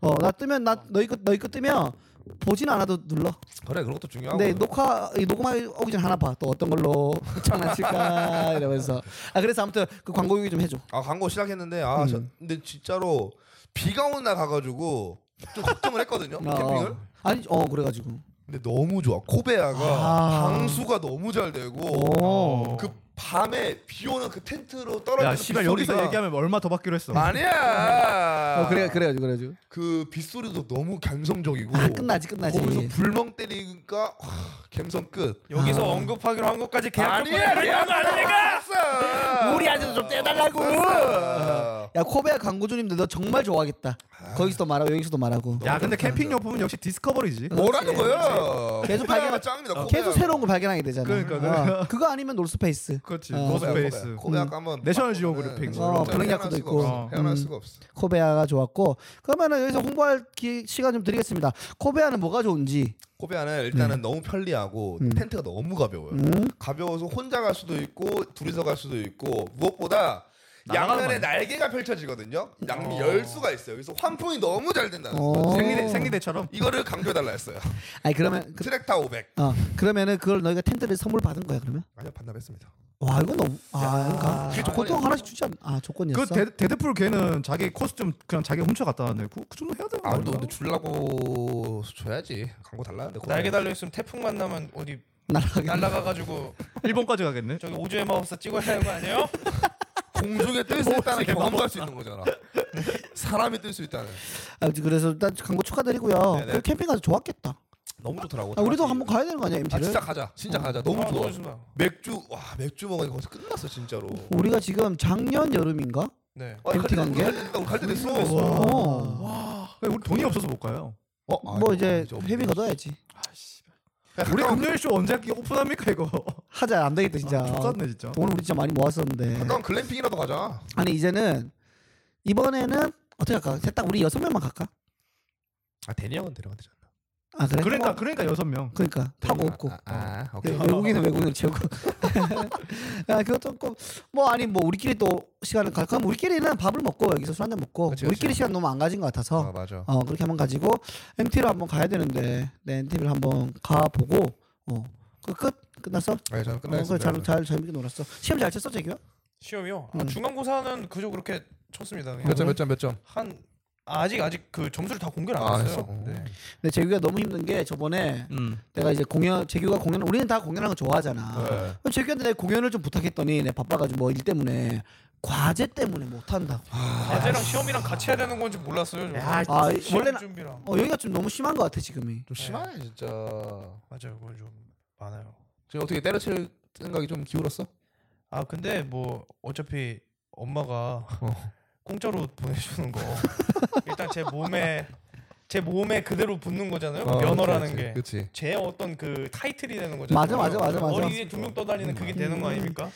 [SPEAKER 1] 어 나 뜨면 나 너희 거 너희 거 뜨면 보진 않아도 눌러.
[SPEAKER 2] 그래 그런 것도 중요하고.
[SPEAKER 1] 근데 녹화 이 녹음하기 오기 전 하나 봐. 또 어떤 걸로 장난칠까 이러면서. 아 그래서 아무튼 그 광고 얘기 좀 해줘.
[SPEAKER 2] 아 광고 시작했는데
[SPEAKER 1] 음.
[SPEAKER 2] 아 저, 근데 진짜로 비가 오는 날 가가지고 좀 걱정을 했거든요
[SPEAKER 1] 어,
[SPEAKER 2] 캠핑을.
[SPEAKER 1] 어. 아니 어 그래가지고.
[SPEAKER 2] 근데 너무 좋아. 코베아가
[SPEAKER 1] 아.
[SPEAKER 2] 방수가 너무 잘 되고
[SPEAKER 1] 오.
[SPEAKER 2] 그 밤에 비 오는 그 텐트로
[SPEAKER 3] 야
[SPEAKER 2] 떨어지는 빗소리가
[SPEAKER 3] 씨발 여기서 얘기하면 얼마 더 받기로 했어.
[SPEAKER 2] 아, 아니야.
[SPEAKER 1] 어 그래 그래가지고 그래가지고.
[SPEAKER 2] 그 빗소리도 너무 감성적이고
[SPEAKER 1] 아 끝나지 끝나지.
[SPEAKER 2] 거기서 불멍 때리니까 와, 감성 끝.
[SPEAKER 4] 여기서 언급하기로 한 것까지 계약
[SPEAKER 2] 아니야. 계약서 아니니까.
[SPEAKER 1] 우리 아저씨 좀 떼달라고.
[SPEAKER 2] 아,
[SPEAKER 1] 야 코베아 광고주님들 너 정말 좋아하겠다. 거기서도 말하고 여기서도 말하고.
[SPEAKER 3] 야 근데 캠핑 용품은 역시 디스커버리지.
[SPEAKER 2] 뭐라는 거야?
[SPEAKER 1] 계속
[SPEAKER 2] 코베아가
[SPEAKER 1] 발견하-
[SPEAKER 2] 짱입니다. 코베아.
[SPEAKER 1] 계속 새로운 걸 발견하게 되잖아.
[SPEAKER 3] 그러니까,
[SPEAKER 1] 어, 그거 아니면 놀스페이스.
[SPEAKER 3] 그렇지.
[SPEAKER 1] 어.
[SPEAKER 2] 코베아,
[SPEAKER 3] 노스페이스.
[SPEAKER 2] 코베아. 코베아 한번
[SPEAKER 3] 내셔널
[SPEAKER 2] 바꿔보면은
[SPEAKER 3] 지오그래픽.
[SPEAKER 2] 진짜
[SPEAKER 1] 어, 블랙 야크도
[SPEAKER 2] 네. 헤어날 수가
[SPEAKER 1] 있고.
[SPEAKER 2] 없어. 헤어날
[SPEAKER 1] 음.
[SPEAKER 2] 수가 없어.
[SPEAKER 1] 코베아가 좋았고 그러면은 여기서 홍보할 기, 시간 좀 드리겠습니다. 코베아는 뭐가 좋은지.
[SPEAKER 2] 코베아는 일단은
[SPEAKER 1] 네.
[SPEAKER 2] 너무 편리하고
[SPEAKER 1] 음.
[SPEAKER 2] 텐트가 너무 가벼워요. 가벼워서 혼자 갈 수도 있고 둘이서 갈 수도 있고 무엇보다
[SPEAKER 3] 날아가는
[SPEAKER 2] 양면에
[SPEAKER 3] 거
[SPEAKER 2] 날개가 펼쳐지거든요. 양면 열 수가 있어요. 그래서 환풍이 너무 잘 된다는
[SPEAKER 1] 어.
[SPEAKER 2] 거죠.
[SPEAKER 3] 생리대 생리대처럼.
[SPEAKER 2] 이거를 강조해달라 했어요.
[SPEAKER 1] 아니 그러면 그,
[SPEAKER 2] 트랙타 500.
[SPEAKER 1] 어 그러면은 그걸 너희가 텐트를 선물 받은 거야 그러면?
[SPEAKER 2] 아니요 반납했습니다.
[SPEAKER 1] 와 이건 너무 아 그러니까 그 조건 하나씩 주지 않. 아
[SPEAKER 3] 그
[SPEAKER 1] 조건이었어.
[SPEAKER 3] 데, 데드풀 걔는 자기 코스튬 그냥 자기 훔쳐 갔다 왔는데 그, 그 정도 해야 되는 거
[SPEAKER 2] 아무도
[SPEAKER 3] 아닌가?
[SPEAKER 2] 근데 줄라고 줘야지. 광고 달라는데.
[SPEAKER 4] 날개 달려 있으면 태풍 만나면 어디
[SPEAKER 1] 날아가게.
[SPEAKER 4] 날아가 가지고
[SPEAKER 3] 일본까지 가겠네.
[SPEAKER 4] 저기 오즈의 마법사 찍어야 하는 거 아니에요?
[SPEAKER 2] 공중에 뜰 수 있다는 경험도 할 수 있는 거잖아. 사람이 뜰 수 있다는.
[SPEAKER 1] 아무튼 그래서 일단 광고 축하드리고요.
[SPEAKER 2] 네네.
[SPEAKER 1] 그 캠핑 가서 좋았겠다.
[SPEAKER 2] 너무 좋더라고.
[SPEAKER 1] 아, 우리도 한번 가야 되는 거 아니야
[SPEAKER 2] 아
[SPEAKER 1] MT를?
[SPEAKER 2] 진짜 가자. 진짜 가자. 너무
[SPEAKER 4] 아,
[SPEAKER 2] 좋아.
[SPEAKER 4] 너무 좋아.
[SPEAKER 2] 맥주 와 맥주 먹으니까 거기서 끝났어 진짜로.
[SPEAKER 1] 우리가 지금 작년 여름인가?
[SPEAKER 4] 네.
[SPEAKER 2] 아,
[SPEAKER 1] MT
[SPEAKER 2] 갈때
[SPEAKER 1] 간 게?
[SPEAKER 2] 갈때 됐어.
[SPEAKER 3] 와.
[SPEAKER 1] 어.
[SPEAKER 3] 우리 돈이 없어서 못 가요.
[SPEAKER 2] 어, 아,
[SPEAKER 1] 뭐 이제
[SPEAKER 2] 이제 없네.
[SPEAKER 1] 회비가 넣어야지.
[SPEAKER 3] 우리 금요일 쇼 언제 오픈합니까 이거?
[SPEAKER 1] 하자 안 되겠다 진짜.
[SPEAKER 2] 아,
[SPEAKER 3] 좋았네 진짜.
[SPEAKER 1] 돈을 우리 진짜 많이 모았었는데.
[SPEAKER 2] 가까운 글램핑이라도 가자.
[SPEAKER 1] 아니 이제는 이번에는 어떻게 할까? 셋 딱 우리 여섯 명만 갈까?
[SPEAKER 2] 아 대니 형은 데려가면 되잖아.
[SPEAKER 1] 아 그래?
[SPEAKER 3] 그러니까
[SPEAKER 1] 어,
[SPEAKER 3] 그러니까 여섯 명.
[SPEAKER 1] 그러니까 타고 없고.
[SPEAKER 2] 아, 아,
[SPEAKER 1] 네,
[SPEAKER 2] 오케이.
[SPEAKER 1] 외국인은 외국인을 채우고. 아, 그거 조금 뭐 아니 뭐 우리끼리 또 시간을 갈 거면 우리끼리는 밥을 먹고 여기서 술 한잔 먹고
[SPEAKER 2] 그치, 그치.
[SPEAKER 1] 우리끼리 시간 너무 안 가진 것 같아서
[SPEAKER 2] 아 맞아.
[SPEAKER 1] 어 그렇게 한번 가지고 MT를 한번 가야 되는데 네, MT를 한번 가보고 어 그 끝? 끝났어?
[SPEAKER 2] 네, 저는
[SPEAKER 1] 어,
[SPEAKER 2] 끝났습니다.
[SPEAKER 1] 잘, 잘 재밌게 놀았어. 시험 잘 쳤어, 재규야?
[SPEAKER 4] 시험이요. 아,
[SPEAKER 1] 음.
[SPEAKER 4] 중간고사는 그저 그렇게 쳤습니다. 그냥
[SPEAKER 2] 몇 점, 몇 점, 몇 점?
[SPEAKER 4] 한 아, 아직 아직 그 점수를 다 공개를
[SPEAKER 2] 아,
[SPEAKER 4] 안 했어요.
[SPEAKER 2] 했어.
[SPEAKER 4] 네.
[SPEAKER 1] 근데 재규가 너무 힘든 게 저번에
[SPEAKER 3] 음.
[SPEAKER 1] 내가 이제 공연 재규가 공연 우리는 다 공연하는 거 좋아하잖아.
[SPEAKER 2] 네.
[SPEAKER 1] 그럼 재규한테 내가 공연을 좀 부탁했더니 내가 바빠가지고 뭐 일 때문에 과제 때문에 못 한다고.
[SPEAKER 2] 아,
[SPEAKER 4] 과제랑 시험이랑 같이 해야 되는 건지 몰랐어요. 저는.
[SPEAKER 3] 야,
[SPEAKER 1] 아, 이-
[SPEAKER 4] 시험
[SPEAKER 1] 원래는-
[SPEAKER 4] 준비랑
[SPEAKER 1] 어 여기가 좀 너무 심한 것 같아 지금이.
[SPEAKER 2] 좀 심하네 진짜.
[SPEAKER 4] 맞아요. 그건 좀 많아요.
[SPEAKER 2] 지금 어떻게 때려칠 생각이 좀 기울었어?
[SPEAKER 4] 아 근데 뭐 어차피 엄마가
[SPEAKER 2] 어.
[SPEAKER 4] 공짜로 보내주는 거 일단 제 몸에 제 몸에 그대로 붙는 거잖아요. 면허라는 게.
[SPEAKER 2] 어, 그렇지.
[SPEAKER 4] 제 어떤 그 타이틀이 되는 거잖아요.
[SPEAKER 1] 맞아, 맞아, 맞아, 음. 맞아.
[SPEAKER 4] 어린이 두명 떠다니는 그게 되는 거 아닙니까?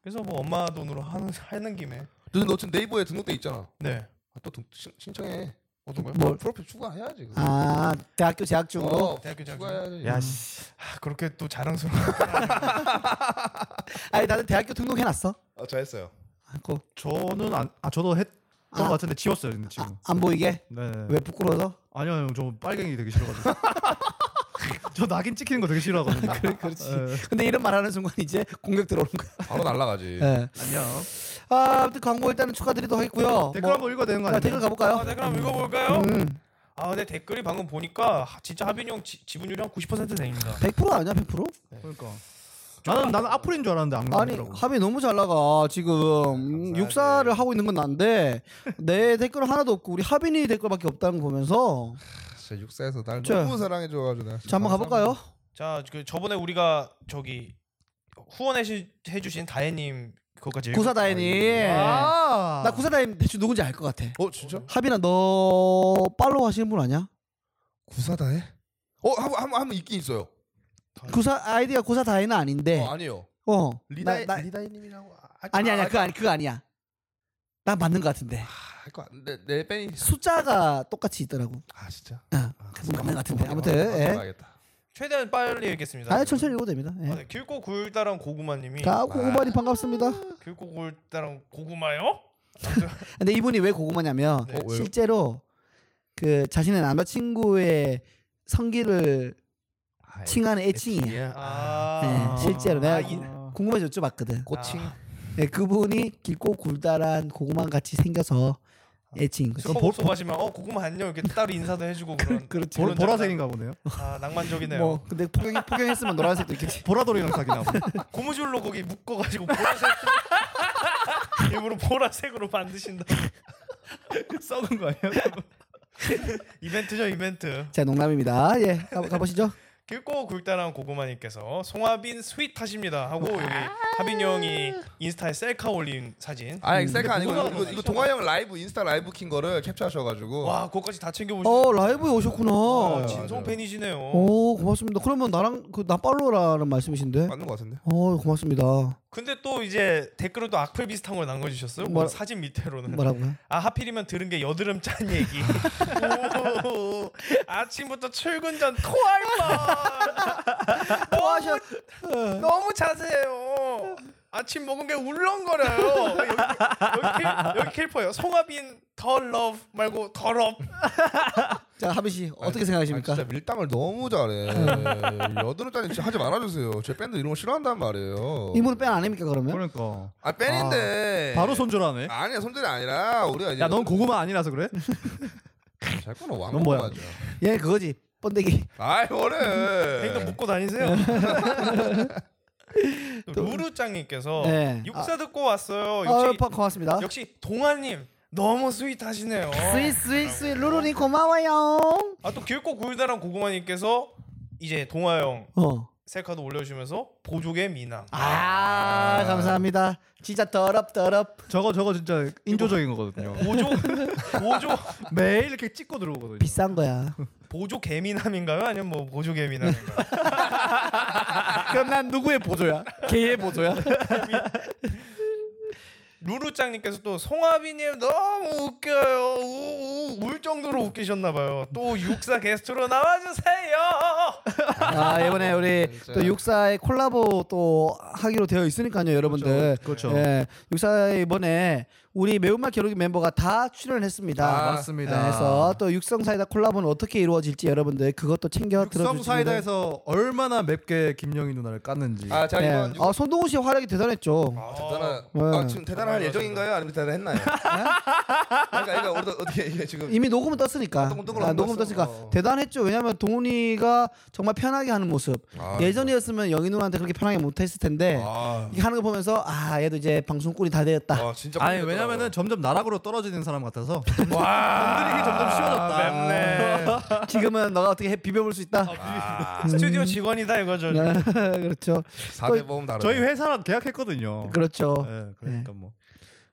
[SPEAKER 4] 그래서 뭐 엄마 돈으로 하는 하는 김에
[SPEAKER 2] 너, 너 지금 네이버에 등록돼 있잖아.
[SPEAKER 4] 네
[SPEAKER 2] 아, 또 등, 신, 신청해.
[SPEAKER 4] 어떤 거요?
[SPEAKER 1] 뭘?
[SPEAKER 2] 프로필 추가해야지. 그거.
[SPEAKER 1] 아 대학교 재학 중으로.
[SPEAKER 2] 어,
[SPEAKER 4] 대학교 자격.
[SPEAKER 2] 추가해야지.
[SPEAKER 1] 음.
[SPEAKER 3] 야 씨.
[SPEAKER 4] 아, 그렇게 또 자랑스러워.
[SPEAKER 1] 아니 나는 대학교 등록해놨어.
[SPEAKER 2] 어, 저 했어요.
[SPEAKER 1] 아이고, 그,
[SPEAKER 3] 저는 안, 아 저도 했던
[SPEAKER 1] 아.
[SPEAKER 3] 것 같은데 지웠어요 근데 지금.
[SPEAKER 1] 아, 안 보이게.
[SPEAKER 3] 네.
[SPEAKER 1] 왜 부끄러워서?
[SPEAKER 3] 아니요, 아니요, 저 빨갱이 되게 싫어가지고. 저 낙인 찍히는 거 되게 싫어하거든요.
[SPEAKER 1] 아, 그렇지.
[SPEAKER 3] 예.
[SPEAKER 1] 근데 이런 말하는 순간 이제 공격 들어오는 거야.
[SPEAKER 2] 바로 날라가지.
[SPEAKER 1] 예.
[SPEAKER 3] 안녕.
[SPEAKER 1] 아, 아무튼 광고 일단은 축하드리도록 하겠고요.
[SPEAKER 3] 댓글
[SPEAKER 1] 뭐-
[SPEAKER 3] 한번 읽어야 되는 거
[SPEAKER 1] 아,
[SPEAKER 3] 아니에요?
[SPEAKER 1] 댓글 가볼까요?
[SPEAKER 4] 아, 댓글 한번 읽어볼까요?
[SPEAKER 1] 음,
[SPEAKER 4] 아, 근데 댓글이 방금 보니까 하- 진짜 하빈이 형 지, 지분율이 한 90% 됩니다.
[SPEAKER 1] 100% 아니야 100%?
[SPEAKER 3] 그러니까. 나는 나는 악플인 줄 알았는데 안
[SPEAKER 1] 아니
[SPEAKER 3] 그러더라고.
[SPEAKER 1] 합이 너무 잘 나가 지금 육사를 하고 있는 건 난데 내 댓글 하나도 없고 우리 하빈이 댓글밖에 없다는 거 보면서
[SPEAKER 2] 진짜 육사에서 날
[SPEAKER 1] 자.
[SPEAKER 2] 너무 사랑해줘가지고 내가 진짜
[SPEAKER 1] 자 한번 가볼까요?
[SPEAKER 4] 자, 그 저번에 우리가 저기 후원해주신 다혜님 그것까지
[SPEAKER 1] 구사 다혜님 예.
[SPEAKER 3] 아.
[SPEAKER 1] 나 구사 다혜님 대충 누군지 알 것 같아.
[SPEAKER 2] 감사합니다. 어 진짜?
[SPEAKER 1] 하빈아 너 팔로우 하시는 분 아니야?
[SPEAKER 2] 구사다해? 어한한한 있긴 있어요.
[SPEAKER 1] 구사 아이디가 구사 다혜는 아닌데
[SPEAKER 2] 어 아니요.
[SPEAKER 1] 어
[SPEAKER 2] 리다이
[SPEAKER 1] 나- 나-
[SPEAKER 2] 리다이님이라고 아,
[SPEAKER 1] 아니 아니야
[SPEAKER 2] 아,
[SPEAKER 1] 그거 아니 그거 아니야. 나 맞는 것 같은데
[SPEAKER 2] 아, 그거 안- 내, 내 팬이
[SPEAKER 1] 숫자가 똑같이 있더라고.
[SPEAKER 2] 아 진짜.
[SPEAKER 1] 아,
[SPEAKER 2] 아,
[SPEAKER 1] 그분 맞는 것 같은데
[SPEAKER 2] 한번
[SPEAKER 1] 아무튼
[SPEAKER 2] 한번
[SPEAKER 1] 예.
[SPEAKER 2] 봐야겠다.
[SPEAKER 4] 최대한 빨리 읽겠습니다.
[SPEAKER 1] 아니 천천히 읽어도 됩니다.
[SPEAKER 4] 아,
[SPEAKER 1] 예.
[SPEAKER 4] 네. 길고 굴다란 고구마님이
[SPEAKER 1] 자 고구마님 반갑습니다.
[SPEAKER 4] 길고 굴다란 고구마요?
[SPEAKER 1] 근데 이분이 왜 고구마냐면
[SPEAKER 4] 네. 어,
[SPEAKER 2] 왜요?
[SPEAKER 1] 실제로 그 자신의 남자친구의 성기를
[SPEAKER 2] 아,
[SPEAKER 1] 칭하는 애칭이야.
[SPEAKER 2] 애칭이야.
[SPEAKER 4] 아,
[SPEAKER 1] 네, 실제로 내가 이-
[SPEAKER 3] 아.
[SPEAKER 1] 궁금해서 여쭤봤거든.
[SPEAKER 2] 고칭.
[SPEAKER 4] 아.
[SPEAKER 1] 네, 그분이 길고 굴다란 고구마 같이 생겨서 애칭인 거죠.
[SPEAKER 4] 소복 소바시면 어 고구마 안녕 이렇게 따로 인사도 해주고 그런
[SPEAKER 1] 네. 뭐, 그렇지.
[SPEAKER 3] 보,
[SPEAKER 4] 그런
[SPEAKER 3] 보라색인가 보네요.
[SPEAKER 4] 아 낭만적이네요.
[SPEAKER 1] 뭐 근데 폭경 폭경했으면 노란색도 있겠지.
[SPEAKER 3] 보라돌이랑 사귀나 보.
[SPEAKER 4] 고무줄로 거기 묶어가지고 보라색 일부러 보라색으로 만드신다.
[SPEAKER 3] 썩은 거 아니야?
[SPEAKER 4] 이벤트죠 이벤트.
[SPEAKER 1] 자 농담입니다. 예, 가, 가보시죠.
[SPEAKER 4] 길고 굵다란 고구마님께서 송하빈 스윗하십니다 하고 여기 하빈 형이 인스타에 셀카 올린 사진.
[SPEAKER 2] 아 셀카 아니고
[SPEAKER 1] 음.
[SPEAKER 4] 뭐가
[SPEAKER 2] 이거, 이거 동아 형 라이브 인스타 라이브 킨 거를 캡처하셔가지고.
[SPEAKER 4] 와 그거까지 다 챙겨보시는.
[SPEAKER 1] 어 라이브에 오셨구나.
[SPEAKER 4] 와,
[SPEAKER 1] 오
[SPEAKER 4] 진성 팬이시네요.
[SPEAKER 1] 고맙습니다. 그러면 나랑 그나 팔로라는 말씀이신데.
[SPEAKER 2] 맞는 것 같은데.
[SPEAKER 1] 어 고맙습니다.
[SPEAKER 4] 근데 또 이제 댓글은 또 악플 비슷한 걸 남겨주셨어요.
[SPEAKER 1] 뭐라-
[SPEAKER 4] 그 사진 밑으로는
[SPEAKER 1] 뭐라고요?
[SPEAKER 4] 아 하필이면 들은 게 여드름 짠 얘기. 오, 아침부터 출근 전 토할 뻔.
[SPEAKER 1] 뭐 하셔.
[SPEAKER 4] 너무 자세해요. 아침 먹은 게 울렁거려요. 여기, 여기, 캘- 여기 캘퍼예요. 송하빈 더 러브 말고 더럽.
[SPEAKER 1] 자 하빈 씨 어떻게
[SPEAKER 2] 아,
[SPEAKER 1] 생각하십니까? 음.
[SPEAKER 2] 진짜 밀당을 너무 잘해. 여드름 짜리 진짜 하지 말아주세요. 제 밴드 이런 거 싫어한단 말이에요.
[SPEAKER 1] 이분은 뺀 아닙니까 그러면?
[SPEAKER 3] 그러니까.
[SPEAKER 2] 아 밴인데.
[SPEAKER 1] 아,
[SPEAKER 3] 바로 손절하네.
[SPEAKER 2] 아니야 손절이 아니라 우리가 이제.
[SPEAKER 3] 야, 넌 고구마 아니라서 그래?
[SPEAKER 1] 네.
[SPEAKER 2] 잘 거는
[SPEAKER 3] 넌
[SPEAKER 2] 왕
[SPEAKER 3] 뭐야?
[SPEAKER 2] 맞아.
[SPEAKER 1] 예 그거지 번데기.
[SPEAKER 2] 아이
[SPEAKER 4] 그러니까
[SPEAKER 2] 뭐래.
[SPEAKER 4] 묶고 다니세요. 또 루루짱님께서
[SPEAKER 1] 네.
[SPEAKER 4] 육사 듣고 왔어요.
[SPEAKER 1] 아,
[SPEAKER 4] 역시
[SPEAKER 1] 파- 고맙습니다.
[SPEAKER 4] 역시 동아님 너무 스윗하시네요.
[SPEAKER 1] 스윗 스윗 스윗 루루님 고마워요.
[SPEAKER 4] 아 또 길고 굴다란 고구마님께서 이제 동아 형
[SPEAKER 1] 어.
[SPEAKER 4] 셀카도 올려주면서 보조개 미남.
[SPEAKER 1] 아, 감사합니다. 진짜 더럽 더럽.
[SPEAKER 3] 저거 저거 진짜 인조적인 거거든요.
[SPEAKER 1] 네.
[SPEAKER 4] 보조 보조
[SPEAKER 3] 매일 이렇게 찍고 들어오거든요.
[SPEAKER 1] 비싼 거야.
[SPEAKER 4] 보조 개미남인가요? 아니면 뭐 보조 개미남인가요?
[SPEAKER 1] 그럼 난 누구의 보조야? 개의 보조야?
[SPEAKER 4] 루루짱님께서 또 송하빈님 너무 웃겨요. 우, 우, 울 정도로 웃기셨나봐요. 또 육사 게스트로 나와주세요.
[SPEAKER 1] 아, 이번에 우리
[SPEAKER 2] 진짜.
[SPEAKER 1] 또 육사의 콜라보 또 하기로 되어 있으니까요, 여러분들.
[SPEAKER 3] 그렇죠, 그렇죠.
[SPEAKER 1] 예. 육사 이번에 우리 매운맛 겨루기 멤버가 다 출연을 했습니다. 예,
[SPEAKER 2] 아,
[SPEAKER 3] 맞습니다.
[SPEAKER 1] 그래서 또 육성 사이다 콜라보는 어떻게 이루어질지 여러분들 그것도 챙겨
[SPEAKER 3] 육성
[SPEAKER 1] 들어주시면
[SPEAKER 3] 사이다에서 얼마나 맵게 김영희 누나를 깠는지.
[SPEAKER 2] 아, 자 이번
[SPEAKER 1] 네. 아, 손동훈 씨 활약이 대단했죠.
[SPEAKER 2] 아, 대단한.
[SPEAKER 1] 네.
[SPEAKER 2] 아, 지금 대단할 예정인가요? 아니면 대단했나요? 그러니까 이거 어떠- 어떻게 이게 지금
[SPEAKER 1] 이미 녹음은 떴으니까.
[SPEAKER 2] 아, 녹음 떴구나,
[SPEAKER 1] 아,
[SPEAKER 2] 녹음
[SPEAKER 1] 녹음
[SPEAKER 2] 그 떴어.
[SPEAKER 1] 떴으니까
[SPEAKER 2] 어.
[SPEAKER 1] 대단했죠. 왜냐면 동훈이가 정말 편하게 하는 모습.
[SPEAKER 2] 아,
[SPEAKER 1] 예전이었으면 영희 누나한테 그렇게 편하게 못 했을 텐데
[SPEAKER 2] 아,
[SPEAKER 1] 이렇게 하는 거 보면서 아, 얘도 이제 방송꾼이 다 되었다.
[SPEAKER 2] 아 진짜
[SPEAKER 3] 아니
[SPEAKER 2] 모르겠더라고요.
[SPEAKER 3] 왜냐면은 점점 나락으로 떨어지는 사람 같아서
[SPEAKER 4] 와. 점점 시원하다.
[SPEAKER 1] 지금은 너가 어떻게 해- 비벼볼 수 있다.
[SPEAKER 2] 아,
[SPEAKER 1] 음.
[SPEAKER 4] 맵네. 스튜디오 직원이다 이거죠.
[SPEAKER 1] 그렇죠.
[SPEAKER 2] 4대 보험 다르
[SPEAKER 3] 저희 회사랑
[SPEAKER 2] 어.
[SPEAKER 3] 계약했거든요.
[SPEAKER 1] 그렇죠.
[SPEAKER 2] 네.
[SPEAKER 3] 예, 그러니까 뭐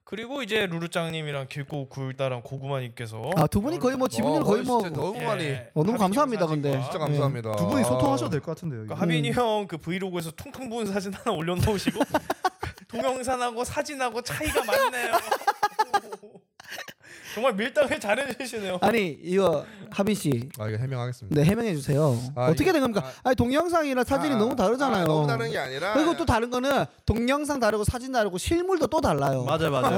[SPEAKER 4] 그리고 이제 루루짱님이랑 길고 굴다랑 고구마님께서
[SPEAKER 1] 아, 두 분이 거의 뭐 지분을 거의 뭐
[SPEAKER 2] 어,
[SPEAKER 1] 예.
[SPEAKER 2] 진짜 너무 많이
[SPEAKER 4] 예.
[SPEAKER 1] 어, 너무
[SPEAKER 4] 하빈이
[SPEAKER 1] 감사합니다,
[SPEAKER 4] 형 사진과
[SPEAKER 1] 근데.
[SPEAKER 2] 진짜 감사합니다.
[SPEAKER 3] 두 분이
[SPEAKER 2] 아.
[SPEAKER 3] 소통하셔도 될 것 같은데요. 이거.
[SPEAKER 4] 그러니까 하빈이 형 그 브이로그에서 퉁퉁 부은 사진 하나 올려놓으시고 동영상하고 사진하고 차이가 많네요. 정말 밀당을 잘해주시네요.
[SPEAKER 1] 아니 이거 하빈 씨,
[SPEAKER 2] 아 이거 해명하겠습니다.
[SPEAKER 1] 네 해명해 주세요.
[SPEAKER 2] 아,
[SPEAKER 1] 어떻게
[SPEAKER 2] 이거-
[SPEAKER 1] 된 겁니까? 아, 니 동영상이랑 사진이
[SPEAKER 2] 아,
[SPEAKER 1] 너무 다르잖아요.
[SPEAKER 2] 아, 너무 다른 게 아니라
[SPEAKER 1] 그리고 또 다른 거는 동영상 다르고 사진 다르고 실물도 또 달라요.
[SPEAKER 3] 맞아 맞아.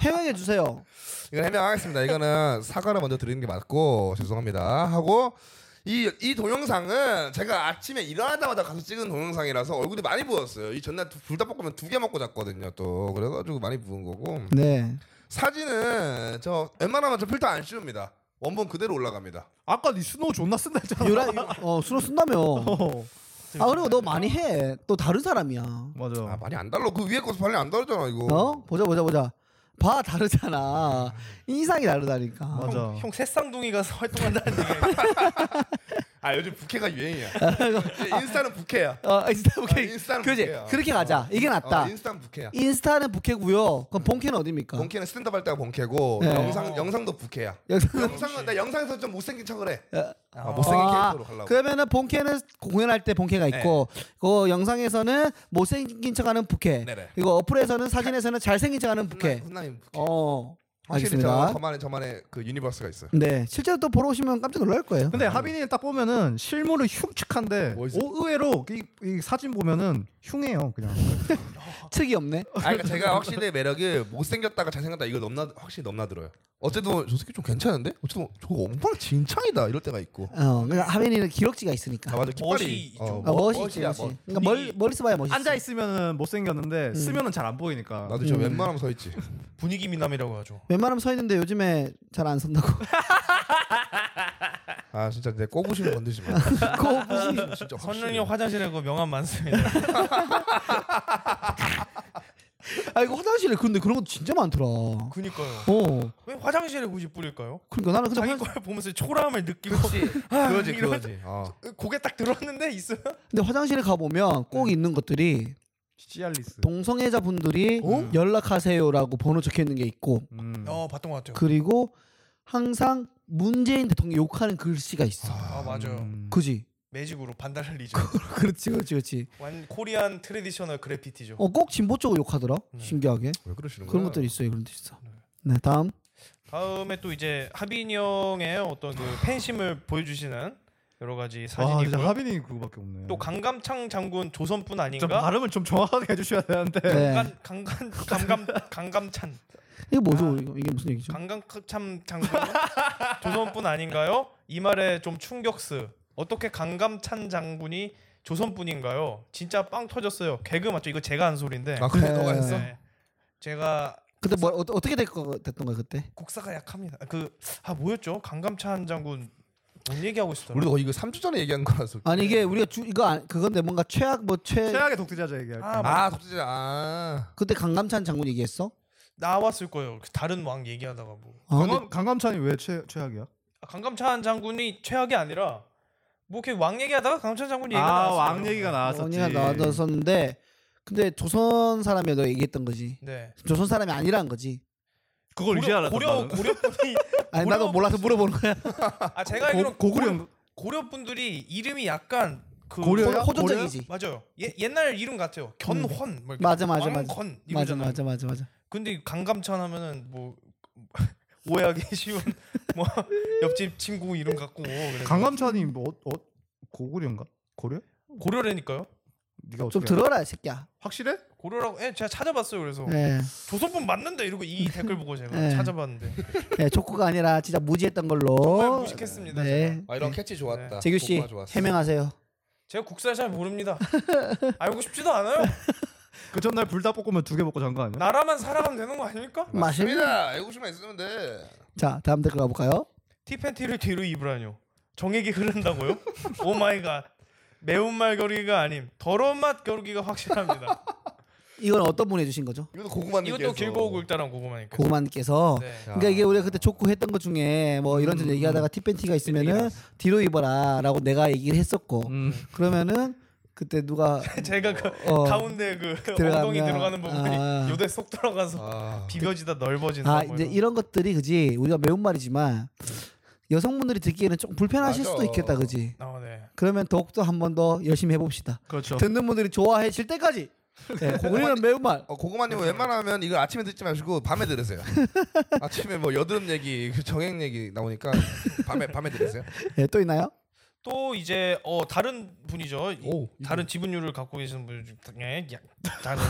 [SPEAKER 1] 네. 해명해 주세요.
[SPEAKER 2] 이건 해명하겠습니다. 이거는 사과를 먼저 드리는 게 맞고 죄송합니다 하고 이 이 동영상은 제가 아침에 일어나자마자 가서 찍은 동영상이라서 얼굴이 많이 부었어요. 이 전날 불닭볶음면 두 개 먹고 잤거든요. 또 그래가지고 많이 부은 거고
[SPEAKER 1] 네.
[SPEAKER 2] 사진은 저 웬만하면 저 필터 안 씌웁니다. 원본 그대로 올라갑니다.
[SPEAKER 3] 아까 니 스노우 존나 쓴다 했잖아.
[SPEAKER 1] 유라 어 수로 쓴다며.
[SPEAKER 3] 어,
[SPEAKER 1] 아 그리고 너 많이 해. 또 다른 사람이야.
[SPEAKER 3] 맞아.
[SPEAKER 2] 아 많이 안 달라. 그 위에 거서 빨리 안 다르잖아 이거.
[SPEAKER 1] 어? 보자 보자 보자. 봐 다르잖아. 인상이 다르다니까.
[SPEAKER 3] 맞아.
[SPEAKER 4] 형, 형 새쌍둥이가 활동한다는 얘기.
[SPEAKER 2] 아 요즘 부캐가 유행이야.
[SPEAKER 1] 아.
[SPEAKER 2] 인스타는 부캐야.
[SPEAKER 1] 어 인스타 부캐.
[SPEAKER 2] 아, 인스타는
[SPEAKER 1] 그지.
[SPEAKER 2] 부캐야.
[SPEAKER 1] 그렇게 가자. 이게 아, 낫다.
[SPEAKER 2] 어, 인스타 부캐야.
[SPEAKER 1] 인스타... 는 부캐고요. 그럼 본캐는 어디입니까?
[SPEAKER 2] 본캐는 스탠드업 할 때가 본캐고
[SPEAKER 1] 네.
[SPEAKER 2] 영상 영상도 부캐야.
[SPEAKER 1] 여기서-
[SPEAKER 2] 영상은 나 영상에서 좀 못생긴 척을 해.
[SPEAKER 1] 어,
[SPEAKER 2] 아, 못생긴
[SPEAKER 1] 아,
[SPEAKER 2] 캐릭터로 가려고. 네.
[SPEAKER 1] 그러면은 본캐는 공연할 때 본캐가 있고 그 영상에서는 못생긴 척하는 부캐
[SPEAKER 2] 네네.
[SPEAKER 1] 그리고 어플에서는 사진에서는 잘생긴 척하는 부캐
[SPEAKER 2] 그 훈남이 부캐.
[SPEAKER 1] 어
[SPEAKER 2] 확실히 저,
[SPEAKER 1] 알겠습니다
[SPEAKER 2] 저만의 저만의 그 유니버스가 있어요.
[SPEAKER 1] 네 실제로 또 보러 오시면 깜짝 놀랄 거예요
[SPEAKER 3] 근데 하빈이는 딱 보면은 실물은 흉측한데
[SPEAKER 2] 멋있어.
[SPEAKER 3] 오, 의외로 아, 뭐 이, 이 사진 보면은 흉해요 그냥.
[SPEAKER 1] 특이 없네
[SPEAKER 2] 아, 그러니까 제가 확실히 매력이 못생겼다가 잘생겼다 이걸 넘나 확실히 넘나들어요. 어쨌든 저 새끼 좀 괜찮은데? 어쨌든 저거 엄청 진창이다 이럴 때가 있고.
[SPEAKER 1] 어 그러니까 하빈이는 기럭지가 있으니까
[SPEAKER 2] 아 맞아 깃발이.
[SPEAKER 4] 멋이
[SPEAKER 2] 어,
[SPEAKER 4] 좀-
[SPEAKER 1] 아, 멋이 있지
[SPEAKER 2] 멋이야,
[SPEAKER 1] 멋이
[SPEAKER 2] 멋.
[SPEAKER 1] 그러니까 멀,
[SPEAKER 4] 분위기.
[SPEAKER 1] 멀리서 봐야 멋있어
[SPEAKER 3] 앉아 있으면은 못생겼는데
[SPEAKER 1] 음.
[SPEAKER 3] 쓰면은 잘 안 보이니까.
[SPEAKER 2] 나도 저 웬만하면 서 있지.
[SPEAKER 4] 분위기 미남이라고 하죠.
[SPEAKER 1] 웬만하면 서 있는데 요즘에 잘 안 선다고
[SPEAKER 2] 아 진짜 내 꼬부심을 건드지 마. 꼬부심 진짜
[SPEAKER 4] 선영이
[SPEAKER 2] 확실히. 아,
[SPEAKER 4] 형 화장실에 그 명함 많습니다.
[SPEAKER 1] 아 이거 화장실에 근데 그런 것도 진짜 많더라 어
[SPEAKER 4] 그니까요.
[SPEAKER 1] 그러니까
[SPEAKER 4] 왜 화장실에 굳이 뿌릴까요?
[SPEAKER 1] 나는 근데
[SPEAKER 4] 자기
[SPEAKER 1] 화장-
[SPEAKER 4] 걸 보면서 초라함을 느끼고
[SPEAKER 1] 아,
[SPEAKER 2] 그거지
[SPEAKER 4] 이런-
[SPEAKER 2] 그거지. 어.
[SPEAKER 4] 고개 딱 들었는데 있어요?
[SPEAKER 1] 근데 화장실에 가보면 꼭
[SPEAKER 2] 네.
[SPEAKER 1] 있는 것들이
[SPEAKER 3] 시알리스.
[SPEAKER 1] 동성애자분들이 그 연락하세요라고 번호 적혀 있는 게 있고
[SPEAKER 3] 음.
[SPEAKER 4] 어 봤던 것 같아요.
[SPEAKER 1] 그리고 항상 문재인 대통령 욕하는 글씨가 있어.
[SPEAKER 4] 아 맞아요.
[SPEAKER 3] 음.
[SPEAKER 1] 그지?
[SPEAKER 4] 매직으로 반달리죠.
[SPEAKER 1] 그렇지, 그렇지, 그렇지.
[SPEAKER 4] 완 코리안 트레디셔널 그래피티죠.
[SPEAKER 1] 어, 꼭 진보 쪽을 욕하더라. 신기하게
[SPEAKER 2] 왜 그러시는 거야?
[SPEAKER 1] 그런 것들이 있어요. 그런 것들이 있어. 네, 다음.
[SPEAKER 4] 다음에 또 이제 하빈이 형의 어떤 그 팬심을 보여주시는 여러 가지
[SPEAKER 3] 와
[SPEAKER 4] 그 사진이
[SPEAKER 3] 아, 진짜
[SPEAKER 4] 고
[SPEAKER 3] 하빈이 그거밖에 없네.
[SPEAKER 4] 또 강감창 장군 조선뿐
[SPEAKER 3] 좀
[SPEAKER 4] 아닌가?
[SPEAKER 3] 발음을 좀 정확하게 해주셔야 되는데.
[SPEAKER 1] 네.
[SPEAKER 4] 강간 강간 강감 강감찬
[SPEAKER 1] 이거 뭐죠? 이거- 이게 무슨 얘기죠?
[SPEAKER 4] 강감참 장군 조선뿐 아닌가요? 이 말에 좀 충격스. 어떻게 강감찬 장군이 조선뿐인가요? 진짜 빵 터졌어요. 개그 맞죠? 이거 제가 한 소리인데.
[SPEAKER 2] 아 그래
[SPEAKER 1] 네.
[SPEAKER 2] 너가 했어?
[SPEAKER 4] 네. 제가
[SPEAKER 1] 그때 뭐 어, 어떻게 될 거, 됐던 거야 그때?
[SPEAKER 4] 국사가 약합니다. 그 아 뭐였죠? 강감찬 장군 뭔 얘기하고 있었더라.
[SPEAKER 2] 우리도 거의 이거 3주 전에 얘기한 거라서.
[SPEAKER 1] 아니 이게 우리가 주, 이거 안, 그건데 뭔가 최악 뭐 최.
[SPEAKER 3] 최악의 독재자자 얘기할
[SPEAKER 4] 아,
[SPEAKER 3] 거.
[SPEAKER 2] 아 독재자. 아.
[SPEAKER 1] 그때 강감찬 장군 얘기했어?
[SPEAKER 4] 나왔을 거예요. 그 다른 왕 얘기하다가 뭐
[SPEAKER 1] 아, 근데
[SPEAKER 3] 강감, 강감찬이 왜 최, 최악이야?
[SPEAKER 4] 아, 강감찬 장군이 최악이 아니라 뭐 이렇게 왕 얘기하다가 강감찬 장군 얘기가
[SPEAKER 3] 아
[SPEAKER 4] 나왔어요.
[SPEAKER 3] 왕 얘기가 나왔었지.
[SPEAKER 1] 언니가 나왔었는데 근데 조선 사람이 너 얘기했던 거지.
[SPEAKER 4] 네.
[SPEAKER 1] 조선 사람이 아니란 거지.
[SPEAKER 3] 그걸 이제
[SPEAKER 4] 고려
[SPEAKER 3] 알았다.
[SPEAKER 4] 고려
[SPEAKER 3] 나는.
[SPEAKER 4] 고려 분이
[SPEAKER 1] 아니 나도
[SPEAKER 4] 고려-
[SPEAKER 1] 몰라서 물어보는 거야.
[SPEAKER 4] 아 제가 알기로
[SPEAKER 3] 고, 고구려
[SPEAKER 4] 고려 분들이 이름이 약간 그
[SPEAKER 3] 고려요?
[SPEAKER 1] 호- 호전적이지.
[SPEAKER 4] 맞아요. 예, 옛날 이름 같아요. 견헌 뭐
[SPEAKER 1] 음.
[SPEAKER 4] 이렇게
[SPEAKER 1] 맞아, 맞아, 맞아.
[SPEAKER 4] 왕건
[SPEAKER 1] 맞아
[SPEAKER 4] 이러잖아요.
[SPEAKER 1] 맞아 맞아 맞아.
[SPEAKER 4] 근데 강감찬 하면은 뭐 오해하기 쉬운 뭐 옆집 친구
[SPEAKER 3] 네.
[SPEAKER 4] 이름 같고 뭐 그래서
[SPEAKER 3] 강감찬이 뭐 어, 어, 고구려인가? 고려?
[SPEAKER 4] 고려래니까요.
[SPEAKER 3] 네가
[SPEAKER 1] 좀
[SPEAKER 3] 어떻게
[SPEAKER 1] 들어라 이 새끼야.
[SPEAKER 3] 확실해?
[SPEAKER 4] 고르라고 예 제가 찾아봤어요 그래서
[SPEAKER 1] 예.
[SPEAKER 4] 조선분 맞는데 이러고 이 댓글 보고 제가
[SPEAKER 1] 네.
[SPEAKER 4] 찾아봤는데
[SPEAKER 1] 예, 조커가 아니라 진짜 무지했던
[SPEAKER 4] 정말
[SPEAKER 1] 걸로.
[SPEAKER 4] 무식했습니다
[SPEAKER 1] 어, 네.
[SPEAKER 2] 아 이런 캐치 좋았다.
[SPEAKER 1] 재규 씨
[SPEAKER 2] 복마 좋았어.
[SPEAKER 1] 해명하세요.
[SPEAKER 4] 제가 국사를 잘 모릅니다 알고 싶지도 않아요
[SPEAKER 3] 그 전날 불닭볶음면 두 개 먹고 잔 거 아니야?
[SPEAKER 4] 나라만 살아가면 되는 거 아닙니까?
[SPEAKER 1] 음. 마실.
[SPEAKER 2] 재민아 애국심만 있으면 돼.
[SPEAKER 1] 자, 다음 댓글 가볼까요?
[SPEAKER 4] 티팬티를 뒤로 입으라뇨 정액이 흐른다고요? 오마이갓 매운맛 겨루기가 아님 더러운 맛 겨루기가 확실합니다
[SPEAKER 1] 이건 어떤 분이 해주신 거죠?
[SPEAKER 2] 이것도 고구마
[SPEAKER 4] 이것도
[SPEAKER 2] 느끼해서.
[SPEAKER 4] 길고 굵다란
[SPEAKER 1] 그
[SPEAKER 4] 고구마니까
[SPEAKER 1] 고구마님께서.
[SPEAKER 4] 네.
[SPEAKER 2] 자.
[SPEAKER 1] 그러니까 이게 우리가 그때 조코 했던 것 중에 뭐 이런저런 얘기하다가 팁팬티가 있으면은 뒤로 입어라라고 내가 얘기를 했었고
[SPEAKER 3] 음.
[SPEAKER 1] 그러면은 그때 누가
[SPEAKER 4] 제가 그
[SPEAKER 1] 어,
[SPEAKER 4] 가운데 그
[SPEAKER 1] 들어가면-
[SPEAKER 4] 엉덩이 들어가는 부분이
[SPEAKER 1] 아.
[SPEAKER 4] 요대 쏙 들어가서
[SPEAKER 2] 아.
[SPEAKER 4] 비벼지다 넓어진다
[SPEAKER 1] 아
[SPEAKER 4] 뭐
[SPEAKER 1] 이제
[SPEAKER 4] 이런.
[SPEAKER 1] 이런 것들이 그지 우리가 매운말이지만 여성분들이 듣기에는 조금 불편하실
[SPEAKER 2] 맞아.
[SPEAKER 1] 수도 있겠다 그지
[SPEAKER 4] 어, 네.
[SPEAKER 1] 그러면 더욱더 한 번 더 열심히 해봅시다
[SPEAKER 3] 그렇죠.
[SPEAKER 1] 듣는 분들이 좋아해 질 때까지 네, 우리는 매운말
[SPEAKER 2] 어, 고구마님 웬만하면 이거 아침에 듣지 마시고 밤에 들으세요. 아침에 뭐 여드름 얘기, 그 정액 얘기 나오니까 밤에 밤에 들으세요.
[SPEAKER 1] 네, 또 있나요?
[SPEAKER 4] 또 이제 어 다른 분이죠. 이-
[SPEAKER 2] 오,
[SPEAKER 4] 다른 지분율을 갖고 계시는 분 중에 야, 다른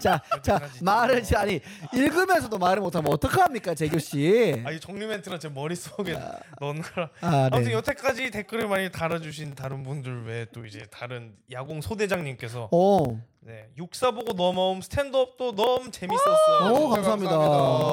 [SPEAKER 1] 자, 자
[SPEAKER 4] 여기까지.
[SPEAKER 1] 말을 지- 아니 읽으면서도 말을 못하면 어떡합니까 재규 씨?
[SPEAKER 4] 아이 정리 멘트랑 제 머릿속에 넣는 거라.
[SPEAKER 1] 아,
[SPEAKER 4] 아무튼
[SPEAKER 1] 네.
[SPEAKER 4] 여태까지 댓글을 많이 달아주신 다른 분들 외에 또 이제 다른 야공
[SPEAKER 3] 어?
[SPEAKER 4] 소대장님께서
[SPEAKER 1] 오,
[SPEAKER 4] 네, 육사 보고 넘어옴 스탠드업도 너무 재밌었어요.
[SPEAKER 1] 오 감사합니다.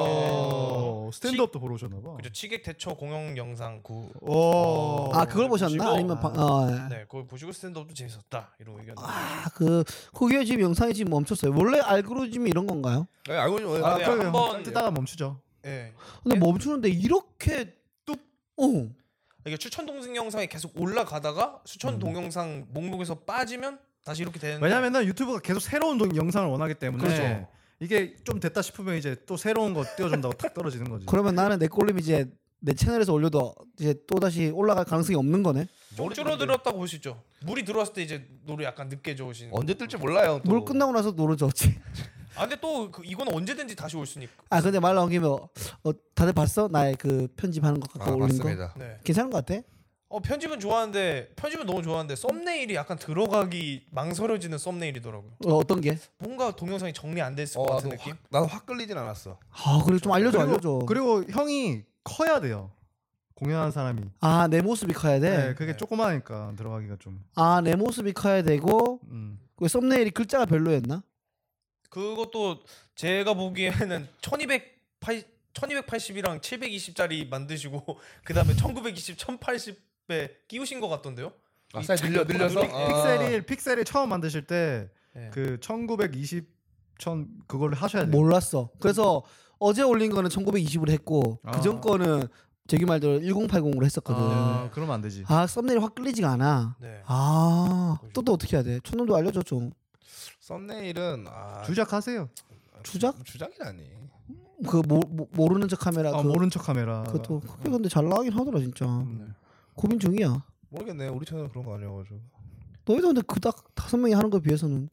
[SPEAKER 2] 감사합니다.
[SPEAKER 3] 어, 스탠드업도 보러 오셨나 봐.
[SPEAKER 4] 네. 그죠 취객 대처 공영 영상 구.
[SPEAKER 3] 오.
[SPEAKER 1] 아 그걸 보셨나?
[SPEAKER 4] 보시고,
[SPEAKER 1] 아니면 방, 어,
[SPEAKER 4] 네, 그걸 보시고 스탠드업도 재밌었다 이런 의견.
[SPEAKER 1] 아그 그게 지금 영상이 지금 멈췄어요. 원래 알고리즘이 이런 건가요?
[SPEAKER 2] 네, 알고 있
[SPEAKER 4] 아, 네,
[SPEAKER 3] 그러게요.
[SPEAKER 4] 한번-
[SPEAKER 3] 뜨다가 멈추죠.
[SPEAKER 4] 네,
[SPEAKER 1] 근데
[SPEAKER 4] 예?
[SPEAKER 1] 멈추는데 이렇게 뚝, 어,
[SPEAKER 4] 이게 추천 동생 영상이 계속 올라가다가 추천 동영상 목록에서 빠지면 다시 이렇게 되는.
[SPEAKER 3] 음. 왜냐면은 유튜브가 계속 새로운 동- 영상을 원하기 때문에
[SPEAKER 4] 그렇죠.
[SPEAKER 3] 이게 좀 됐다 싶으면 이제 또 새로운 거 띄워준다고 탁 떨어지는 거지.
[SPEAKER 1] 그러면 나는 내 꼴림 이제 내 채널에서 올려도 이제 또 다시 올라갈 가능성이 없는 거네.
[SPEAKER 4] 좀뭐 줄어들었다고 볼 수 있죠. 물이 들어왔을 때 이제 노래 약간 늦게 저으시는.
[SPEAKER 2] 언제 뜰지 몰라요. 또.
[SPEAKER 3] 어.
[SPEAKER 1] 물 끝나고 나서 노르졌지.
[SPEAKER 4] 아 근데 또 그, 이건 언제든지 다시 올 수니까.
[SPEAKER 1] 아 근데 말 나온 김에 어, 어, 다들 봤어? 나의 그 편집하는 것 갖고
[SPEAKER 2] 아,
[SPEAKER 1] 올린 거.
[SPEAKER 2] 맞습니다.
[SPEAKER 4] 네.
[SPEAKER 1] 괜찮은 것 같아?
[SPEAKER 4] 어 편집은 좋아하는데 편집은 너무 좋아하는데 썸네일이 약간 들어가기 망설여지는 썸네일이더라고요.
[SPEAKER 1] 어, 어떤 게?
[SPEAKER 4] 뭔가 동영상이 정리 안 됐을
[SPEAKER 2] 어,
[SPEAKER 4] 것 같은
[SPEAKER 2] 나도
[SPEAKER 4] 느낌.
[SPEAKER 2] 확, 나도 확 끌리진 않았어.
[SPEAKER 1] 아 그래 좀 알려줘
[SPEAKER 3] 그리고-
[SPEAKER 1] 알려줘.
[SPEAKER 3] 그리고 형이 커야 돼요. 공연하는 사람이.
[SPEAKER 1] 아 내 모습이 커야 돼.
[SPEAKER 3] 네. 그게
[SPEAKER 4] 네.
[SPEAKER 3] 조그마하니까 들어가기가 좀.
[SPEAKER 1] 아 내 모습이 커야 되고
[SPEAKER 3] 음.
[SPEAKER 1] 그 썸네일이 글자가 별로였나?
[SPEAKER 4] 그것도 제가 보기에는 1280 1280이랑 720짜리 만드시고 그다음에 1920, 1080에 끼우신 것 같던데요?
[SPEAKER 2] 아,
[SPEAKER 4] 이
[SPEAKER 2] 사이 늘려
[SPEAKER 4] 작은
[SPEAKER 2] 늘려서
[SPEAKER 4] 픽-
[SPEAKER 2] 아.
[SPEAKER 3] 픽셀이 픽셀이 처음 만드실
[SPEAKER 4] 네.
[SPEAKER 3] 때 그 1920 천 그걸 하셔야 돼요.
[SPEAKER 1] 몰랐어. 그래서 어제 올린 거는 1920으로 했고
[SPEAKER 3] 아.
[SPEAKER 1] 그전 거는 제기 말대로 1080으로 했었거든. 아,
[SPEAKER 3] 아, 그러면 안 되지.
[SPEAKER 1] 썸네일이 확 끌리지가 않아.
[SPEAKER 4] 네.
[SPEAKER 1] 아, 또 또 어떻게 해야 돼? 촌놈도 알려줘 좀.
[SPEAKER 2] 썸네일은 아,
[SPEAKER 3] 주작하세요.
[SPEAKER 1] 주작?
[SPEAKER 2] 주작이라니.
[SPEAKER 1] 그 모, 모, 르는척 카메라
[SPEAKER 3] 아,
[SPEAKER 1] 그,
[SPEAKER 3] 모른 척 카메라.
[SPEAKER 1] 그것도
[SPEAKER 2] 아,
[SPEAKER 1] 그게 근데 잘 나가긴 하더라 진짜.
[SPEAKER 2] 네.
[SPEAKER 3] 음.
[SPEAKER 1] 고민 중이야.
[SPEAKER 2] 모르겠네. 우리 채널 그런 거 아니어가지고.
[SPEAKER 1] 너희도 근데 그닥 다섯 명이 하는 거에 비해서는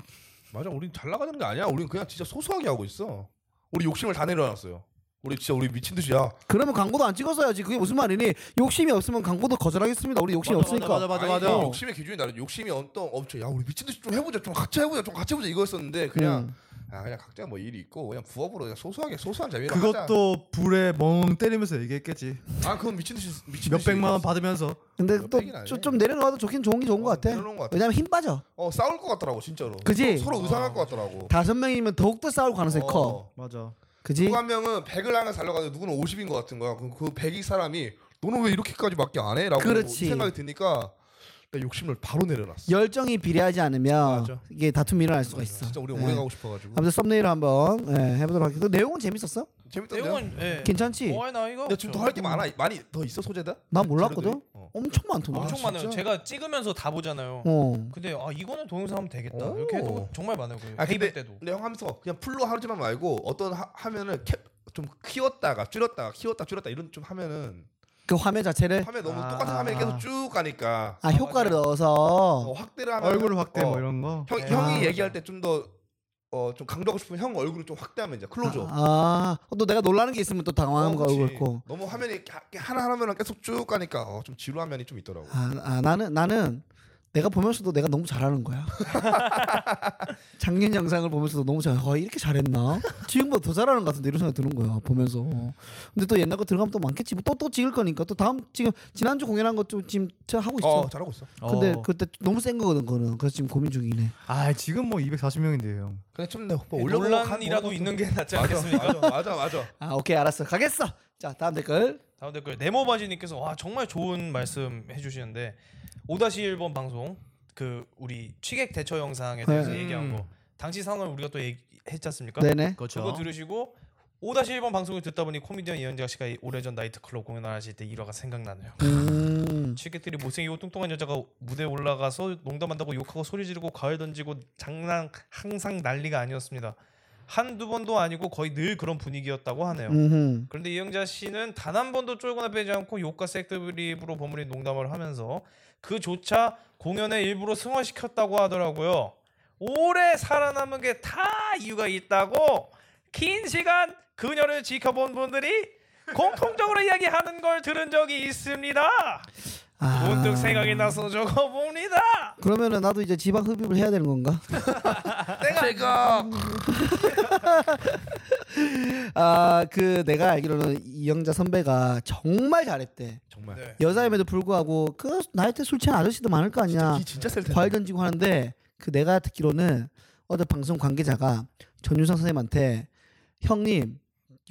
[SPEAKER 2] 맞아, 우린 잘 나가는 게 아니야. 우린 그냥 진짜 소소하게 하고 있어. 우리 욕심을 다 내려놨어요. 우리 진짜 우리 미친 듯이야.
[SPEAKER 1] 그러면 광고도 안 찍었어야지. 그게 무슨 말이니? 욕심이 없으면 광고도 거절하겠습니다. 우리 욕심이 없으니까.
[SPEAKER 2] 아니, 욕심의 기준이 다른. 욕심이 어떤 업체. 야, 우리 미친 듯이 좀 해보자. 좀 같이 해보자. 좀 같이 해보자. 이거였었는데 그냥
[SPEAKER 1] 음.
[SPEAKER 2] 아, 그냥 각자 뭐 일이 있고 그냥 부업으로 그냥 소소하게 소소한
[SPEAKER 1] 아,
[SPEAKER 2] 재미로 하자.
[SPEAKER 3] 그것도 불에 멍 때리면서 얘기했겠지.
[SPEAKER 2] 아, 그건 미친 듯이 미친
[SPEAKER 3] 몇
[SPEAKER 2] 듯이
[SPEAKER 3] 백만 원
[SPEAKER 2] 얘기했어.
[SPEAKER 3] 받으면서
[SPEAKER 1] 근데
[SPEAKER 2] 몇
[SPEAKER 1] 또
[SPEAKER 2] 백이나
[SPEAKER 1] 좀
[SPEAKER 2] 해.
[SPEAKER 1] 내려놓아도 좋긴 좋은 게 좋은
[SPEAKER 2] 어,
[SPEAKER 1] 것 같아.
[SPEAKER 2] 내려놓은 것 같아.
[SPEAKER 1] 왜냐면 힘 빠져.
[SPEAKER 2] 어, 싸울 것 같더라고 진짜로.
[SPEAKER 1] 그지?
[SPEAKER 2] 서로 의상할 것 같더라고.
[SPEAKER 1] 다섯 명이면 더욱더 싸울 가능성이 커.
[SPEAKER 2] 어.
[SPEAKER 3] 맞아.
[SPEAKER 1] 그지?
[SPEAKER 2] 누구 한 명은 100을 하나 살려가지고 누구는 50인 것 같은 거야. 그럼 그 100이 사람이 너는 왜 이렇게까지밖에 안 해? 라고
[SPEAKER 1] 그렇지.
[SPEAKER 2] 생각이 드니까 나 욕심을 바로 내려놨어.
[SPEAKER 1] 열정이 비례하지 않으면
[SPEAKER 4] 맞아.
[SPEAKER 1] 이게 다툼이 일어날 수가 있어.
[SPEAKER 2] 진짜 우리
[SPEAKER 1] 네.
[SPEAKER 2] 오래 가고 싶어가지고.
[SPEAKER 1] 아무튼 썸네일 한번 예, 해보도록 할게요. 내용은 재밌었어?
[SPEAKER 2] 재밌던데요?
[SPEAKER 4] 내용은 예.
[SPEAKER 1] 괜찮지?
[SPEAKER 4] 어이 나 이거 음,
[SPEAKER 2] 야 지금 더 할 게 많아. 많이 더 있어 아, 소재다?
[SPEAKER 1] 난 몰랐거든.
[SPEAKER 2] 자료들이? 어.
[SPEAKER 1] 엄청 많더만.
[SPEAKER 4] 엄청
[SPEAKER 2] 아,
[SPEAKER 4] 많아요.
[SPEAKER 2] 진짜?
[SPEAKER 4] 제가 찍으면서 다 보잖아요.
[SPEAKER 1] 어.
[SPEAKER 4] 근데 아 이거는 동영상 하면 되겠다.
[SPEAKER 2] 오.
[SPEAKER 4] 이렇게 해도 정말 많아요. 그
[SPEAKER 2] 아,
[SPEAKER 4] 페이백
[SPEAKER 2] 근데
[SPEAKER 4] 때도.
[SPEAKER 2] 근데 형 하면서 그냥 풀로 하지만 말고 어떤 하, 화면을 캡, 좀 키웠다가 줄였다가 키웠다 줄였다 이런 좀 하면은
[SPEAKER 1] 그 화면 자체를
[SPEAKER 2] 화면 너무
[SPEAKER 3] 아.
[SPEAKER 2] 똑같은 화면이 계속 쭉 가니까
[SPEAKER 1] 아 효과를
[SPEAKER 2] 어,
[SPEAKER 1] 넣어서
[SPEAKER 2] 확대를 하면
[SPEAKER 3] 얼굴 확대
[SPEAKER 2] 어.
[SPEAKER 3] 뭐 이런 거.
[SPEAKER 2] 형,
[SPEAKER 4] 네.
[SPEAKER 2] 형이
[SPEAKER 1] 아.
[SPEAKER 2] 얘기할 때 좀 더 어, 좀 강조하고 싶으면 형 얼굴을 좀 확대하면 이제 클로즈업
[SPEAKER 1] 아, 아, 또 내가 놀라는 게 있으면 또 당황한
[SPEAKER 2] 어,
[SPEAKER 1] 거
[SPEAKER 2] 그치.
[SPEAKER 1] 얼굴 고
[SPEAKER 2] 너무 화면이 이렇게 하나 하나만 계속 쭉 가니까 어, 좀 지루한 면이 좀 있더라고.
[SPEAKER 1] 아, 아 나는 나는 내가 보면서도 내가 너무 잘하는 거야. 작년 영상을 보면서도 너무 잘, 아, 이렇게 잘했나? 지금보다 더 잘하는 것 같은데 이런 생각이 드는 거야 보면서. 근데 또 옛날 거 들어가면 또 많겠지. 뭐 또 또 찍을 거니까 또 다음 지금 지난주 공연한 것 좀 지금 저 하고 있어.
[SPEAKER 2] 어 잘하고 있어.
[SPEAKER 1] 근데
[SPEAKER 3] 어.
[SPEAKER 1] 그때 너무 센 거거든 그거는. 그래서 지금 고민 중이네.
[SPEAKER 3] 아 지금 뭐 240명인데요 형.
[SPEAKER 2] 그냥 좀 내가 뭐
[SPEAKER 4] 네,
[SPEAKER 2] 올려보고 뭐
[SPEAKER 4] 논란이라도 있는 게 낫지 않겠습니까?
[SPEAKER 2] 맞아 맞아 맞아.
[SPEAKER 1] 아 오케이 알았어 가겠어. 자 다음 댓글.
[SPEAKER 4] 다음 댓글 네모바지님께서 와 정말 좋은 말씀 해주시는데 5-1번 방송 그 우리 취객 대처 영상에 대해서
[SPEAKER 2] 음.
[SPEAKER 1] 네.
[SPEAKER 4] 얘기한 거 당시 상황을 우리가 또 얘기했지 않습니까?
[SPEAKER 1] 네네. 그렇죠.
[SPEAKER 4] 그거 들으시고 5-1번 방송을 듣다 보니 코미디언 이현자 씨가 이 오래전 나이트클럽 공연을 하실 때 일화가 생각나네요.
[SPEAKER 1] 음.
[SPEAKER 4] 취객들이 못생기고 뚱뚱한 여자가 무대에 올라가서 농담한다고 욕하고 소리 지르고 과일 던지고 장난 항상 난리가 아니었습니다. 한두 번도 아니고 거의 늘 그런 분위기였다고 하네요.
[SPEAKER 1] 음흠.
[SPEAKER 4] 그런데 이영자 씨는 단 한 번도 쫄거나 빼지 않고 욕과 색드립으로 버무린 농담을 하면서 그조차 공연에 일부러 승화시켰다고 하더라고요. 오래 살아남은 게 다 이유가 있다고 긴 시간 그녀를 지켜본 분들이 공통적으로 이야기하는 걸 들은 적이 있습니다.
[SPEAKER 1] 아.
[SPEAKER 4] 문득 생각이 나서 적어봅니다.
[SPEAKER 1] 그러면은 나도 이제 지방 흡입을 해야 되는 건가?
[SPEAKER 2] 내가 음. 이거
[SPEAKER 1] 아 그 내가 알기로는 이영자 선배가 정말 잘했대.
[SPEAKER 2] 정말.
[SPEAKER 4] 네.
[SPEAKER 1] 여자임에도 불구하고 그 나이 때 술 취한 아저씨도 많을 거 아니야.
[SPEAKER 2] 기 진짜 셀 텐데.
[SPEAKER 1] 과일 던지고 하는데 그 내가 듣기로는 어제 방송 관계자가 전윤상 선생님한테 형님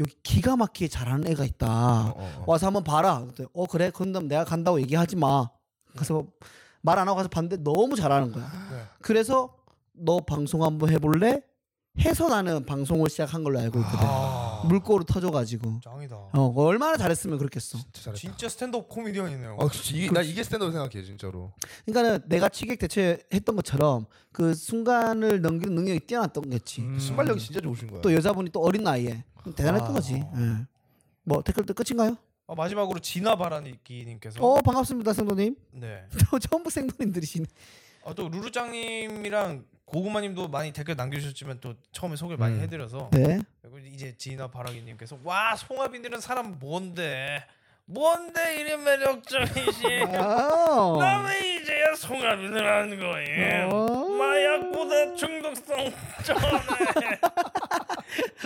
[SPEAKER 1] 여기 기가 막히게 잘하는 애가 있다.
[SPEAKER 2] 어, 어, 어.
[SPEAKER 1] 와서 한번 봐라. 그랬더니, 어 그래. 그럼 내가 간다고 얘기하지 마. 그래서 말 안 하고 가서 봤는데 너무 잘하는 거야. 그래서 너 방송 한번 해볼래? 해서 나는 방송을 시작한 걸로 알고 있거든.
[SPEAKER 4] 아,
[SPEAKER 1] 물꼬로 터져가지고.
[SPEAKER 4] 짱이다.
[SPEAKER 1] 어 얼마나 잘했으면 그랬겠어.
[SPEAKER 2] 진짜 잘했다.
[SPEAKER 4] 진짜 스탠드업 코미디언이네요.
[SPEAKER 1] 어.
[SPEAKER 2] 아, 그치. 이게, 나 이게 스탠드업 생각해 진짜로.
[SPEAKER 1] 그러니까는 내가 취객 대체했던 것처럼 그 순간을 넘기는 능력이 뛰어났던 거지.
[SPEAKER 3] 음.
[SPEAKER 2] 순발력이 진짜 좋으신 거야. 아,
[SPEAKER 1] 또 여자분이 또 어린 나이에 대단했던
[SPEAKER 4] 아.
[SPEAKER 1] 거지. 예. 뭐 댓글도 끝인가요?
[SPEAKER 4] 아, 마지막으로 진화 바라니기님께서
[SPEAKER 1] 어 반갑습니다 생도님.
[SPEAKER 4] 네.
[SPEAKER 1] 저 전부 생도님들이시네.
[SPEAKER 4] 아, 또 루루짱님이랑 고구마님도 많이 댓글 남겨주셨지만 또 처음에 소개를 많이
[SPEAKER 2] 음.
[SPEAKER 4] 해드려서
[SPEAKER 1] 네.
[SPEAKER 4] 그리고 이제 지나 바라기님께서 와 송하빈들은 사람 뭔데 뭔데 이리 매력적이지
[SPEAKER 1] 어. 와우.
[SPEAKER 4] 나왜 이제야 송하빈을 하는 거임
[SPEAKER 1] 어.
[SPEAKER 4] 마약보다 중독성 전에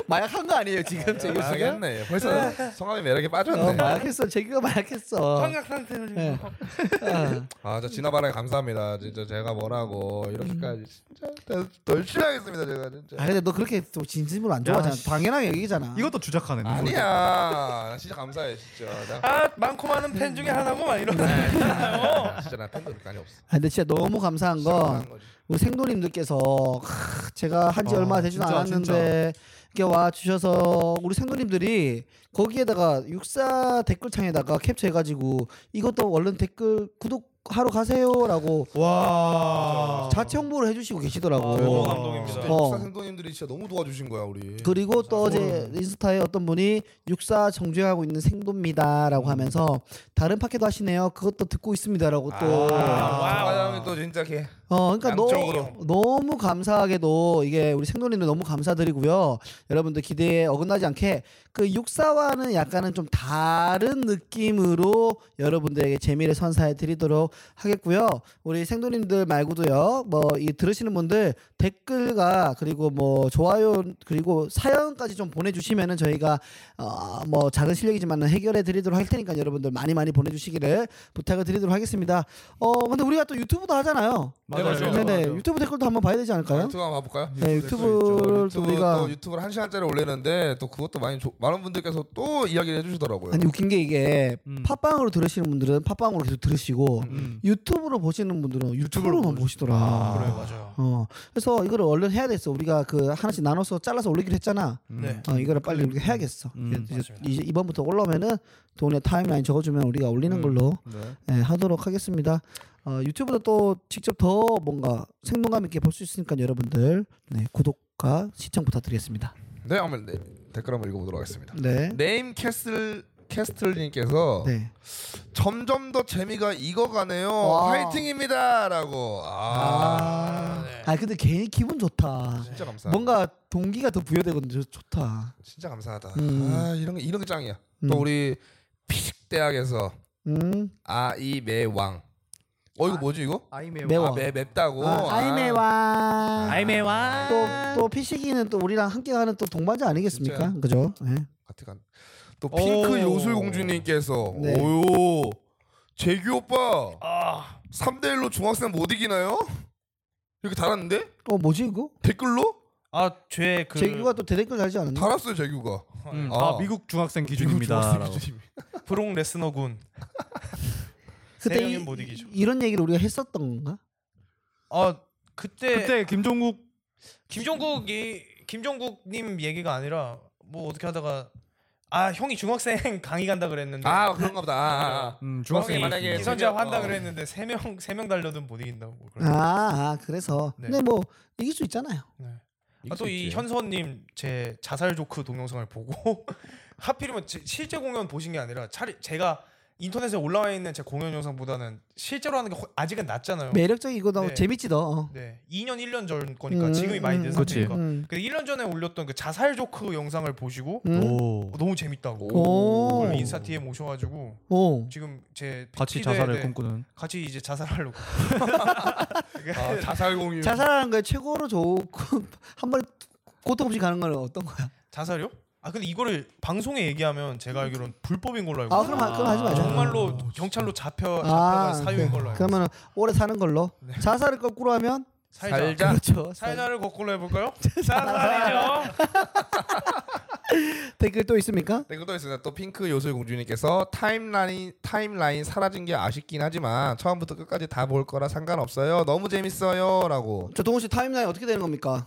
[SPEAKER 1] 마약 한 거 아니에요 지금 제 교수가?
[SPEAKER 2] 알겠네. 벌써 성함이 매력에
[SPEAKER 1] 어,
[SPEAKER 2] 빠졌네.
[SPEAKER 1] 마약했어. 재규가 마약했어.
[SPEAKER 4] 청약 상태를 지금 뭐
[SPEAKER 1] 예. 아,
[SPEAKER 2] 아, 저 지나바라에 감사합니다. 진짜 제가 뭐라고 이렇게까지 진짜 널출하겠습니다 제가 진짜.
[SPEAKER 1] 아, 근데 너 그렇게 또 진심으로 안 좋아하잖아.
[SPEAKER 3] 씨.
[SPEAKER 1] 당연하게 얘기잖아.
[SPEAKER 3] 이것도 주작하네. 누구야?
[SPEAKER 2] 아니야. 나 진짜 감사해 진짜. 나
[SPEAKER 4] 아 많고 많은 팬 중에 하나고 네. 막
[SPEAKER 1] 네.
[SPEAKER 4] 이러잖아요
[SPEAKER 2] 진짜 나 팬도 그렇게 많이 없어.
[SPEAKER 1] 아, 근데 진짜 너무 감사한 건
[SPEAKER 2] 거지.
[SPEAKER 1] 우리 생도님들께서 크, 제가 한지
[SPEAKER 3] 아,
[SPEAKER 1] 얼마 되지도
[SPEAKER 3] 진짜,
[SPEAKER 1] 않았는데 이렇게 와 주셔서 우리 생도님들이 거기에다가 육사 댓글창에다가 캡처해가지고 이것도 얼른 댓글 구독하러 가세요라고
[SPEAKER 3] 와.
[SPEAKER 1] 자체 홍보를 해주시고 계시더라고.
[SPEAKER 4] 아, 너무 감동입니다
[SPEAKER 2] 진짜
[SPEAKER 1] 어.
[SPEAKER 2] 육사 생도님들이 진짜 너무 도와주신 거야 우리.
[SPEAKER 1] 그리고 또 어제
[SPEAKER 3] 그거는-
[SPEAKER 1] 인스타에 어떤 분이 육사 정주행하고 있는
[SPEAKER 2] 음.
[SPEAKER 1] 생도입니다라고 하면서 다른 팟캐도 하시네요. 그것도 듣고 있습니다라고 또
[SPEAKER 2] 아, 과장님 또 진짜 개.
[SPEAKER 1] 어, 그러니까
[SPEAKER 2] 양쪽으로.
[SPEAKER 1] 너, 무 감사하게도 이게 우리 생도님들 너무 감사드리고요. 여러분들 기대에 어긋나지 않게 그 육사와는 약간은 좀 다른 느낌으로 여러분들에게 재미를 선사해 드리도록 하겠고요. 우리 생도님들 말고도요. 뭐 이 들으시는 분들 댓글과 그리고 뭐 좋아요 그리고 사연까지 좀 보내주시면은 저희가 어뭐 작은 실력이지만은 해결해 드리도록 할 테니까 여러분들 많이 많이 보내주시기를 부탁을 드리도록 하겠습니다. 어 근데 우리가 또 유튜브도 하잖아요.
[SPEAKER 2] 맞아요. 아,
[SPEAKER 1] 네네
[SPEAKER 3] 맞아요.
[SPEAKER 1] 유튜브 댓글도 한번 봐야 되지 않을까요?
[SPEAKER 2] 유튜브 한번 봐볼까요?
[SPEAKER 1] 네 유튜브를 또
[SPEAKER 2] 유튜브
[SPEAKER 1] 우리가
[SPEAKER 2] 또 유튜브를 한 시간짜리 올리는데 또 그것도 많이 조, 많은 분들께서 또 이야기를 해주시더라고요.
[SPEAKER 1] 아니 웃긴 게 이게
[SPEAKER 3] 음.
[SPEAKER 1] 팟빵으로 들으시는 분들은 팟빵으로 계속 들으시고
[SPEAKER 3] 음.
[SPEAKER 1] 유튜브로 보시는 분들은 유튜브로만 보시더라.
[SPEAKER 4] 그래 맞아요
[SPEAKER 1] 어 그래서 이거를 얼른 해야 됐어. 우리가 그 하나씩 나눠서 잘라서 올리기로 했잖아.
[SPEAKER 4] 네
[SPEAKER 1] 어 이거를 빨리 우리가 해야겠어.
[SPEAKER 3] 음,
[SPEAKER 1] 이제,
[SPEAKER 4] 맞습니다.
[SPEAKER 1] 이제 이번부터 올라오면은 돈에 타임라인 적어주면 우리가 올리는
[SPEAKER 2] 음.
[SPEAKER 1] 걸로
[SPEAKER 2] 네.
[SPEAKER 1] 예, 하도록 하겠습니다. 어, 유튜브도 또 직접 더 뭔가 생동감 있게 볼 수 있으니까 여러분들 네, 구독과 시청 부탁드리겠습니다.
[SPEAKER 2] 네, 한번 네, 댓글 한번 읽어보도록 하겠습니다.
[SPEAKER 1] 네.
[SPEAKER 2] 네임 캐슬 캐스틀님께서
[SPEAKER 1] 네.
[SPEAKER 2] 점점 더 재미가 익어가네요.
[SPEAKER 1] 와.
[SPEAKER 2] 화이팅입니다라고. 아, 네.
[SPEAKER 1] 아, 아 근데 괜히 기분 좋다.
[SPEAKER 2] 진짜 감사. 뭔가
[SPEAKER 1] 뭔가 동기가 더 부여되거든. 요 좋다.
[SPEAKER 2] 진짜 감사하다.
[SPEAKER 1] 음.
[SPEAKER 2] 아 이런 게 이런 게 짱이야.
[SPEAKER 1] 음.
[SPEAKER 2] 또 우리 피식 대학에서
[SPEAKER 1] 음.
[SPEAKER 2] 아이매왕 어 이거 뭐지 이거?
[SPEAKER 3] 아이메오.
[SPEAKER 1] 매워.
[SPEAKER 2] 아, 매, 맵다고.
[SPEAKER 1] 어. 아, 이메와
[SPEAKER 3] 아이메와.
[SPEAKER 1] 또또 피식이는 또 우리랑 함께 가는 또 동반자 아니겠습니까?
[SPEAKER 2] 진짜요?
[SPEAKER 1] 그죠? 예.
[SPEAKER 2] 같은 간. 또 핑크
[SPEAKER 3] 오.
[SPEAKER 2] 요술 공주님께서
[SPEAKER 1] 네.
[SPEAKER 2] 오요 재규 오빠
[SPEAKER 4] 아,
[SPEAKER 2] 3대 1로 중학생 못 이기나요? 이렇게 달았는데
[SPEAKER 1] 어 뭐지 이거?
[SPEAKER 2] 댓글로
[SPEAKER 4] 아, 죄그
[SPEAKER 1] 재규가 또 대댓글 달지 않았나?
[SPEAKER 2] 달았어요 재규가.
[SPEAKER 3] 음,
[SPEAKER 2] 아.
[SPEAKER 3] 아, 미국 중학생
[SPEAKER 2] 중학생
[SPEAKER 3] 기준입니다라고.
[SPEAKER 2] 기준이.
[SPEAKER 4] 브록 레스너군.
[SPEAKER 1] 그때
[SPEAKER 4] 세명은
[SPEAKER 1] 이,
[SPEAKER 4] 못 이기죠.
[SPEAKER 1] 이런 얘기를 우리가 했었던 건가?
[SPEAKER 4] 아, 그때,
[SPEAKER 3] 그때 김종국
[SPEAKER 4] 김종국이 김종국님 얘기가 아니라 뭐 어떻게 하다가 아 형이 중학생 강의 간다 그랬는데 예,
[SPEAKER 2] 아 그런가 보다. 아, 아.
[SPEAKER 3] 음, 중학생
[SPEAKER 2] 만약에
[SPEAKER 3] 만약에
[SPEAKER 2] 선-
[SPEAKER 4] 기선제압 한다
[SPEAKER 2] 어.
[SPEAKER 4] 그랬는데 세 명 세 명 달려든 못 이긴다고. 뭐
[SPEAKER 1] 아, 아 그래서
[SPEAKER 4] 그렇죠. 네.
[SPEAKER 1] 근데 뭐 이길 수 있잖아요.
[SPEAKER 4] 또 이 현서님 제 자살 조크 동영상을 보고 하필이면 제- 실제 공연 보신 게 아니라 차라리 제가 인터넷에 올라와 있는 제 공연 영상보다는 실제로 하는 게 훨- 아직은 낫잖아요.
[SPEAKER 1] 매력적이고 너무
[SPEAKER 4] 네.
[SPEAKER 1] 재밌지 너. 어.
[SPEAKER 4] 네, 2년 1년 전 거니까
[SPEAKER 1] 음,
[SPEAKER 4] 지금이 많이 된
[SPEAKER 1] 음,
[SPEAKER 3] 그치.
[SPEAKER 4] 상태니까.
[SPEAKER 1] 음.
[SPEAKER 4] 그 1년 전에 올렸던 그 자살 조크 영상을 보시고
[SPEAKER 1] 음.
[SPEAKER 3] 오.
[SPEAKER 4] 너무 재밌다고
[SPEAKER 1] 오.
[SPEAKER 4] 그걸 인스타 DM 모셔가지고
[SPEAKER 1] 오.
[SPEAKER 4] 지금 제
[SPEAKER 3] 같이
[SPEAKER 4] 피드에
[SPEAKER 3] 자살을
[SPEAKER 4] 대해
[SPEAKER 3] 꿈꾸는
[SPEAKER 4] 같이 이제 자살하려고 그
[SPEAKER 2] 아, 자살 공유.
[SPEAKER 1] 자살하는 거에 최고로 좋고 한 번에 고통 없이 가는 거는 어떤 거야?
[SPEAKER 4] 자살요? 아 근데 이거를 방송에 얘기하면 제가 알기로는 불법인 걸로 알고
[SPEAKER 1] 아
[SPEAKER 4] 있어요.
[SPEAKER 1] 그럼 하- 그럼 하지 마자.
[SPEAKER 4] 정말로 경찰로 잡혀 잡혀간
[SPEAKER 1] 아,
[SPEAKER 4] 사유인 걸로 알고
[SPEAKER 1] 그러면 오래 사는 걸로. 자살을 거꾸로 하면
[SPEAKER 4] 살자.
[SPEAKER 2] 살자.
[SPEAKER 1] 그렇죠.
[SPEAKER 4] 살자를 거꾸로 해볼까요? 자살이죠.
[SPEAKER 1] 댓글 또 있습니까?
[SPEAKER 2] 네, 그것도 있습니다. 또 핑크 요술 공주님께서 타임라인 타임라인 사라진 게 아쉽긴 하지만 처음부터 끝까지 다 볼 거라 상관없어요. 너무 재밌어요라고.
[SPEAKER 1] 저 동훈 씨 타임라인 어떻게 되는 겁니까?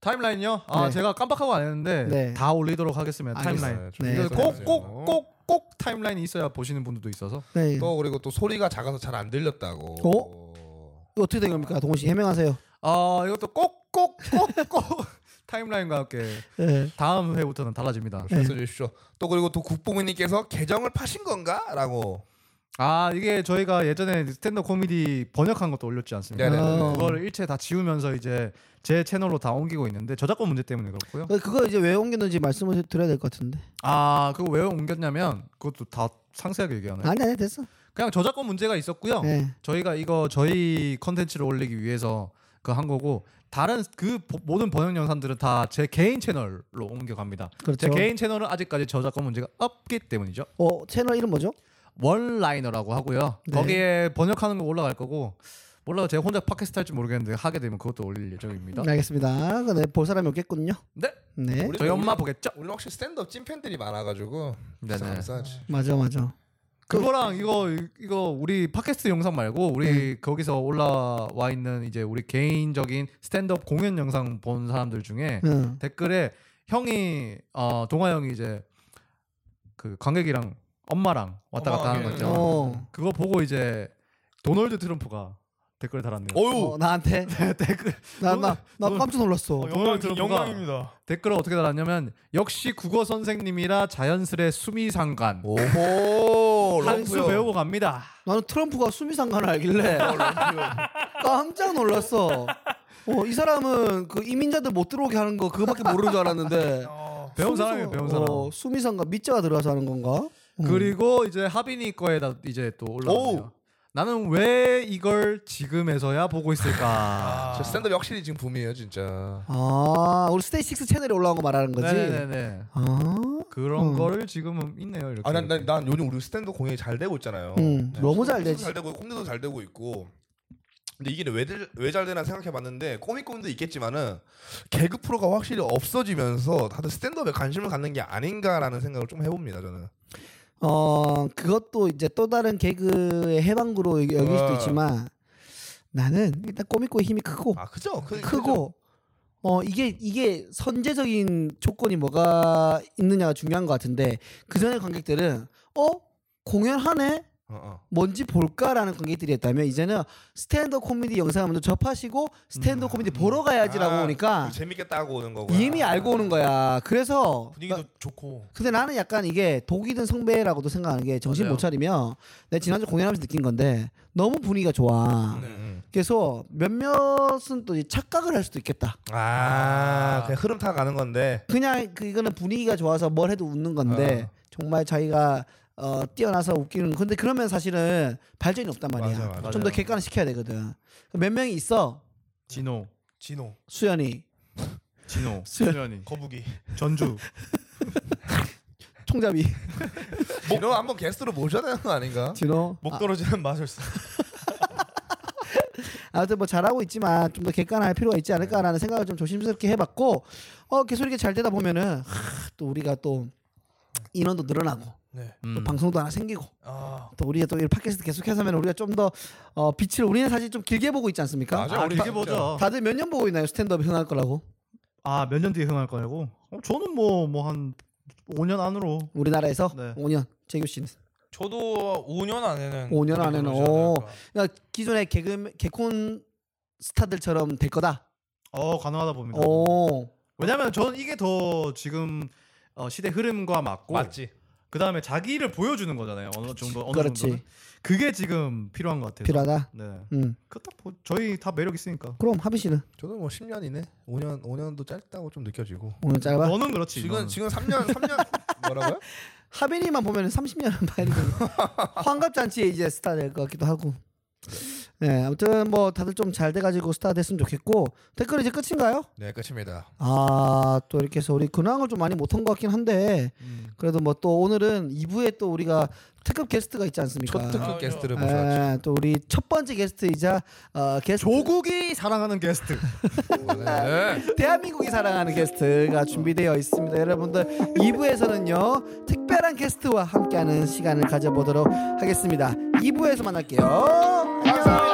[SPEAKER 3] 타임라인요? 아
[SPEAKER 1] 네.
[SPEAKER 3] 제가 깜빡하고 안 했는데
[SPEAKER 1] 네.
[SPEAKER 3] 다 올리도록 하겠습니다. 타임라인.
[SPEAKER 1] 네.
[SPEAKER 2] 네,
[SPEAKER 3] 꼭꼭 꼭 꼭 타임라인이 있어야 보시는 분들도 있어서
[SPEAKER 1] 네.
[SPEAKER 2] 또 그리고 또 소리가 작아서 잘 안 들렸다고.
[SPEAKER 1] 이거 어떻게 된 겁니까? 동훈 씨 해명하세요.
[SPEAKER 3] 아 이것도 꼭 꼭 꼭 꼭 타임라인과 함께
[SPEAKER 1] 네.
[SPEAKER 3] 다음 회부터는 달라집니다.
[SPEAKER 2] 아, 말씀해 주십시오. 또 그리고 또 국보미님께서 계정을 파신 건가라고.
[SPEAKER 3] 아 이게 저희가 예전에 스탠드 코미디 번역한 것도 올렸지 않습니까?
[SPEAKER 2] 네네.
[SPEAKER 1] 어.
[SPEAKER 3] 그걸 일체 다 지우면서 이제 제 채널로 다 옮기고 있는데 저작권 문제 때문에 그렇고요.
[SPEAKER 1] 그거 이제 왜 옮겼는지 말씀을 드려야 될 것 같은데.
[SPEAKER 3] 아 그거 왜 옮겼냐면 그것도 다 상세하게 얘기하나요?
[SPEAKER 1] 아니 아니 됐어.
[SPEAKER 3] 그냥 저작권 문제가 있었고요.
[SPEAKER 1] 네.
[SPEAKER 3] 저희가 이거 저희 컨텐츠를 올리기 위해서 그 한 거고 다른 그 보- 모든 번역 영상들은 다 제 개인 채널로 옮겨갑니다.
[SPEAKER 1] 그렇죠.
[SPEAKER 3] 제 개인 채널은 아직까지 저작권 문제가 없기 때문이죠.
[SPEAKER 1] 어 채널 이름 뭐죠?
[SPEAKER 3] 원라이너라고 하고요.
[SPEAKER 1] 네.
[SPEAKER 3] 거기에 번역하는 거 올라갈 거고 몰라 제가 혼자 팟캐스트 할지 모르겠는데 하게 되면 그것도 올릴 예정입니다.
[SPEAKER 1] 알겠습니다. 네, 볼 사람이 없겠군요.
[SPEAKER 3] 네.
[SPEAKER 1] 네.
[SPEAKER 2] 우리-
[SPEAKER 3] 저희 엄마 보겠죠?
[SPEAKER 2] 우리 확실히 스탠드업 찐팬들이 많아가지고.
[SPEAKER 3] 네네.
[SPEAKER 2] 진짜 감사하지.
[SPEAKER 1] 맞아 맞아.
[SPEAKER 3] 그거랑 이거 이거 우리 팟캐스트 영상 말고 우리 거기서 올라와 있는 이제 우리 개인적인 스탠드업 공연 영상 본 사람들 중에
[SPEAKER 1] 응.
[SPEAKER 3] 댓글에 형이 어 동아 형이 이제 그 관객이랑 엄마랑 왔다 갔다 하는 거
[SPEAKER 4] 엄마가
[SPEAKER 3] 있죠.
[SPEAKER 1] 어.
[SPEAKER 3] 그거 보고 이제 도널드 트럼프가 댓글 달았네요.
[SPEAKER 2] 어유.
[SPEAKER 1] 어, 나한테
[SPEAKER 3] 댓글
[SPEAKER 1] 나나나
[SPEAKER 3] 너무-
[SPEAKER 1] 깜짝 놀랐어.
[SPEAKER 4] 어,
[SPEAKER 3] 오늘
[SPEAKER 4] 영광,
[SPEAKER 3] 들어보가-
[SPEAKER 4] 영광입니다.
[SPEAKER 3] 댓글을 어떻게 달았냐면 역시 국어 선생님이라 자연스레 수미상관
[SPEAKER 2] 오호.
[SPEAKER 3] 한수
[SPEAKER 2] 럼프요.
[SPEAKER 3] 배우고 갑니다.
[SPEAKER 1] 나는 트럼프가 수미상관을 알길래
[SPEAKER 3] 어,
[SPEAKER 1] 깜짝 놀랐어. 어, 이 사람은 그 이민자들 못 들어오게 하는 거 그거밖에 모르는 줄 알았는데.
[SPEAKER 4] 어,
[SPEAKER 3] 배운
[SPEAKER 1] 수미상-
[SPEAKER 3] 사람이에요, 배운 사람.
[SPEAKER 1] 어, 수미상관 밑자가 들어가서 하는 건가?
[SPEAKER 3] 그리고 이제 하빈이 거에다 이제 또 음. 올라오네요. 나는 왜 이걸 지금에서야 보고 있을까?
[SPEAKER 2] 저 스탠드업 확실히 지금 붐이에요 진짜.
[SPEAKER 1] 아, 우리 스테이식스 채널에 올라온 거 말하는 거지.
[SPEAKER 3] 네네네.
[SPEAKER 1] 아,
[SPEAKER 3] 그런 거를 지금 있네요 이렇게.
[SPEAKER 2] 아난난 난, 난 요즘 우리 스탠드 공연이 잘 되고 있잖아요.
[SPEAKER 1] 음, 너무 잘
[SPEAKER 2] 콘서트도
[SPEAKER 1] 되지.
[SPEAKER 2] 잘 되고 콤디도 잘 되고 있고. 근데 이게 왜잘 되나 생각해봤는데 꼬미꼬미도 있겠지만은 개그 프로가 확실히 없어지면서 다들 스탠드업에 관심을 갖는 게 아닌가라는 생각을 좀 해봅니다 저는.
[SPEAKER 1] 어, 그것도 이제 또 다른 개그의 해방구로 여기- 여길 수도
[SPEAKER 2] 어.
[SPEAKER 1] 있지만 나는 일단 꼬미꼬의 힘이 크고
[SPEAKER 2] 아 그죠? 그,
[SPEAKER 1] 크고 어 이게 이게 선제적인 조건이 뭐가 있느냐가 중요한 것 같은데 그 전에 관객들은 어 공연하네
[SPEAKER 2] 그죠? 어, 어.
[SPEAKER 1] 뭔지 볼까라는 관객들이었다면 이제는 스탠드 코미디 영상을 먼저 접하시고 스탠드 코미디 보러 가야지라고
[SPEAKER 2] 아,
[SPEAKER 1] 오니까
[SPEAKER 2] 재밌겠다 하고 오는 거고.
[SPEAKER 1] 이미 알고 오는 거야. 그래서
[SPEAKER 4] 분위기도
[SPEAKER 1] 나-
[SPEAKER 4] 좋고
[SPEAKER 1] 근데 나는 약간 이게 독이든 성배라고도 생각하는 게 정신
[SPEAKER 3] 맞아요.
[SPEAKER 1] 못 차리면 내가 지난주 공연하면서 느낀 건데 너무 분위기가
[SPEAKER 2] 음,
[SPEAKER 1] 좋아.
[SPEAKER 2] 네.
[SPEAKER 1] 그래서 몇몇은 또이 착각을 할 수도 있겠다.
[SPEAKER 2] 아 그냥 흐름 타 가는 건데. 아.
[SPEAKER 1] 그냥 그 이거는 분위기가 좋아서 뭘 해도 웃는 건데 정말 자기가 어, 뛰어나서 웃기는 근데 그러면 사실은 발전이 없단
[SPEAKER 2] 맞아,
[SPEAKER 1] 말이야.
[SPEAKER 2] 맞아.
[SPEAKER 1] 좀 더 객관화 시켜야 되거든. 몇 명이 있어?
[SPEAKER 3] 진호,
[SPEAKER 4] 진호,
[SPEAKER 1] 수현이,
[SPEAKER 3] 진호,
[SPEAKER 1] 수현.
[SPEAKER 3] 수현이,
[SPEAKER 4] 거북이.
[SPEAKER 3] 전주.
[SPEAKER 1] 총잡이,
[SPEAKER 2] 이런 한번 게스트로 모셔야 되는 거 아닌가?
[SPEAKER 1] 진호.
[SPEAKER 2] 뭐그
[SPEAKER 4] 목 떨어지는 마술사.
[SPEAKER 1] 아무튼 뭐 잘하고 있지만 좀 더 객관화할 필요가 있지 않을까라는 생각을 좀 조심스럽게 해봤고 어 계속 이렇게 잘 되다 보면은 하, 또 우리가 또 인원도 늘어나고
[SPEAKER 4] 네.
[SPEAKER 1] 또
[SPEAKER 3] 음.
[SPEAKER 1] 방송도 하나 생기고
[SPEAKER 4] 아,
[SPEAKER 1] 또 우리가 또 이 팟캐스트 계속해서 하면 우리가 좀 더 어, 빛을 우리는 사실 좀 길게 보고 있지 않습니까?
[SPEAKER 2] 맞아, 우리
[SPEAKER 3] 이게 뭐죠?
[SPEAKER 1] 다들 몇 년 보고 있나요 스탠드업 흥할 거라고
[SPEAKER 3] 아 몇 년 뒤에 흥할 거냐고? 어, 저는 뭐 뭐 한 5년 안으로.
[SPEAKER 1] 우리나라에서
[SPEAKER 3] 네.
[SPEAKER 1] 5년 재규 씨는
[SPEAKER 4] 저도 5년 안에는
[SPEAKER 1] 5년 안에는,
[SPEAKER 4] 그러지 않을까.
[SPEAKER 1] 그러니까 기존의 개그 개콘 스타들처럼 될 거다.
[SPEAKER 3] 어 가능하다 봅니다.
[SPEAKER 1] 오
[SPEAKER 3] 왜냐면 저는 이게 더 지금 어, 시대 흐름과 맞고
[SPEAKER 4] 맞지.
[SPEAKER 3] 그 다음에 자기를 보여주는 거잖아요. 어느 정도 어느
[SPEAKER 1] 그렇지.
[SPEAKER 3] 정도는 그게 지금 필요한 것 같아요.
[SPEAKER 1] 필요하다.
[SPEAKER 3] 네.
[SPEAKER 1] 음
[SPEAKER 3] 그딱 보 저희 다 매력 있으니까.
[SPEAKER 1] 그럼 하빈 씨는
[SPEAKER 2] 저도 뭐 10년이네. 5년 5년도 짧다고 좀 느껴지고.
[SPEAKER 1] 오늘 짧아.
[SPEAKER 3] 너는 그렇지.
[SPEAKER 2] 지금
[SPEAKER 3] 너는.
[SPEAKER 2] 지금 3년 3년 뭐라고요?
[SPEAKER 1] 하빈이만 보면 30년은 봐야 되거든요. 환갑잔치에 이제 스타 될 것 같기도 하고. 네, 아무튼 뭐 다들 좀 잘 돼가지고 스타 됐으면 좋겠고 댓글 이제 끝인가요?
[SPEAKER 2] 네 끝입니다.
[SPEAKER 1] 아 또 이렇게 해서 우리 근황을 좀 많이 못한 것 같긴 한데
[SPEAKER 3] 음.
[SPEAKER 1] 그래도 뭐 또 오늘은 2부에 또 우리가 특급 게스트가 있지 않습니까?
[SPEAKER 2] 첫
[SPEAKER 4] 아,
[SPEAKER 2] 특급 게스트를
[SPEAKER 1] 예,
[SPEAKER 2] 모셔왔죠.
[SPEAKER 1] 또 우리 첫 번째 게스트이자 어, 게스트
[SPEAKER 3] 조국이 사랑하는 게스트.
[SPEAKER 1] 아.
[SPEAKER 2] 네.
[SPEAKER 1] 대한민국이 사랑하는 게스트가 준비되어 있습니다. 여러분들 2부에서는요 특별한 게스트와 함께하는 시간을 가져보도록 하겠습니다. 2부에서 만날게요. 안녕.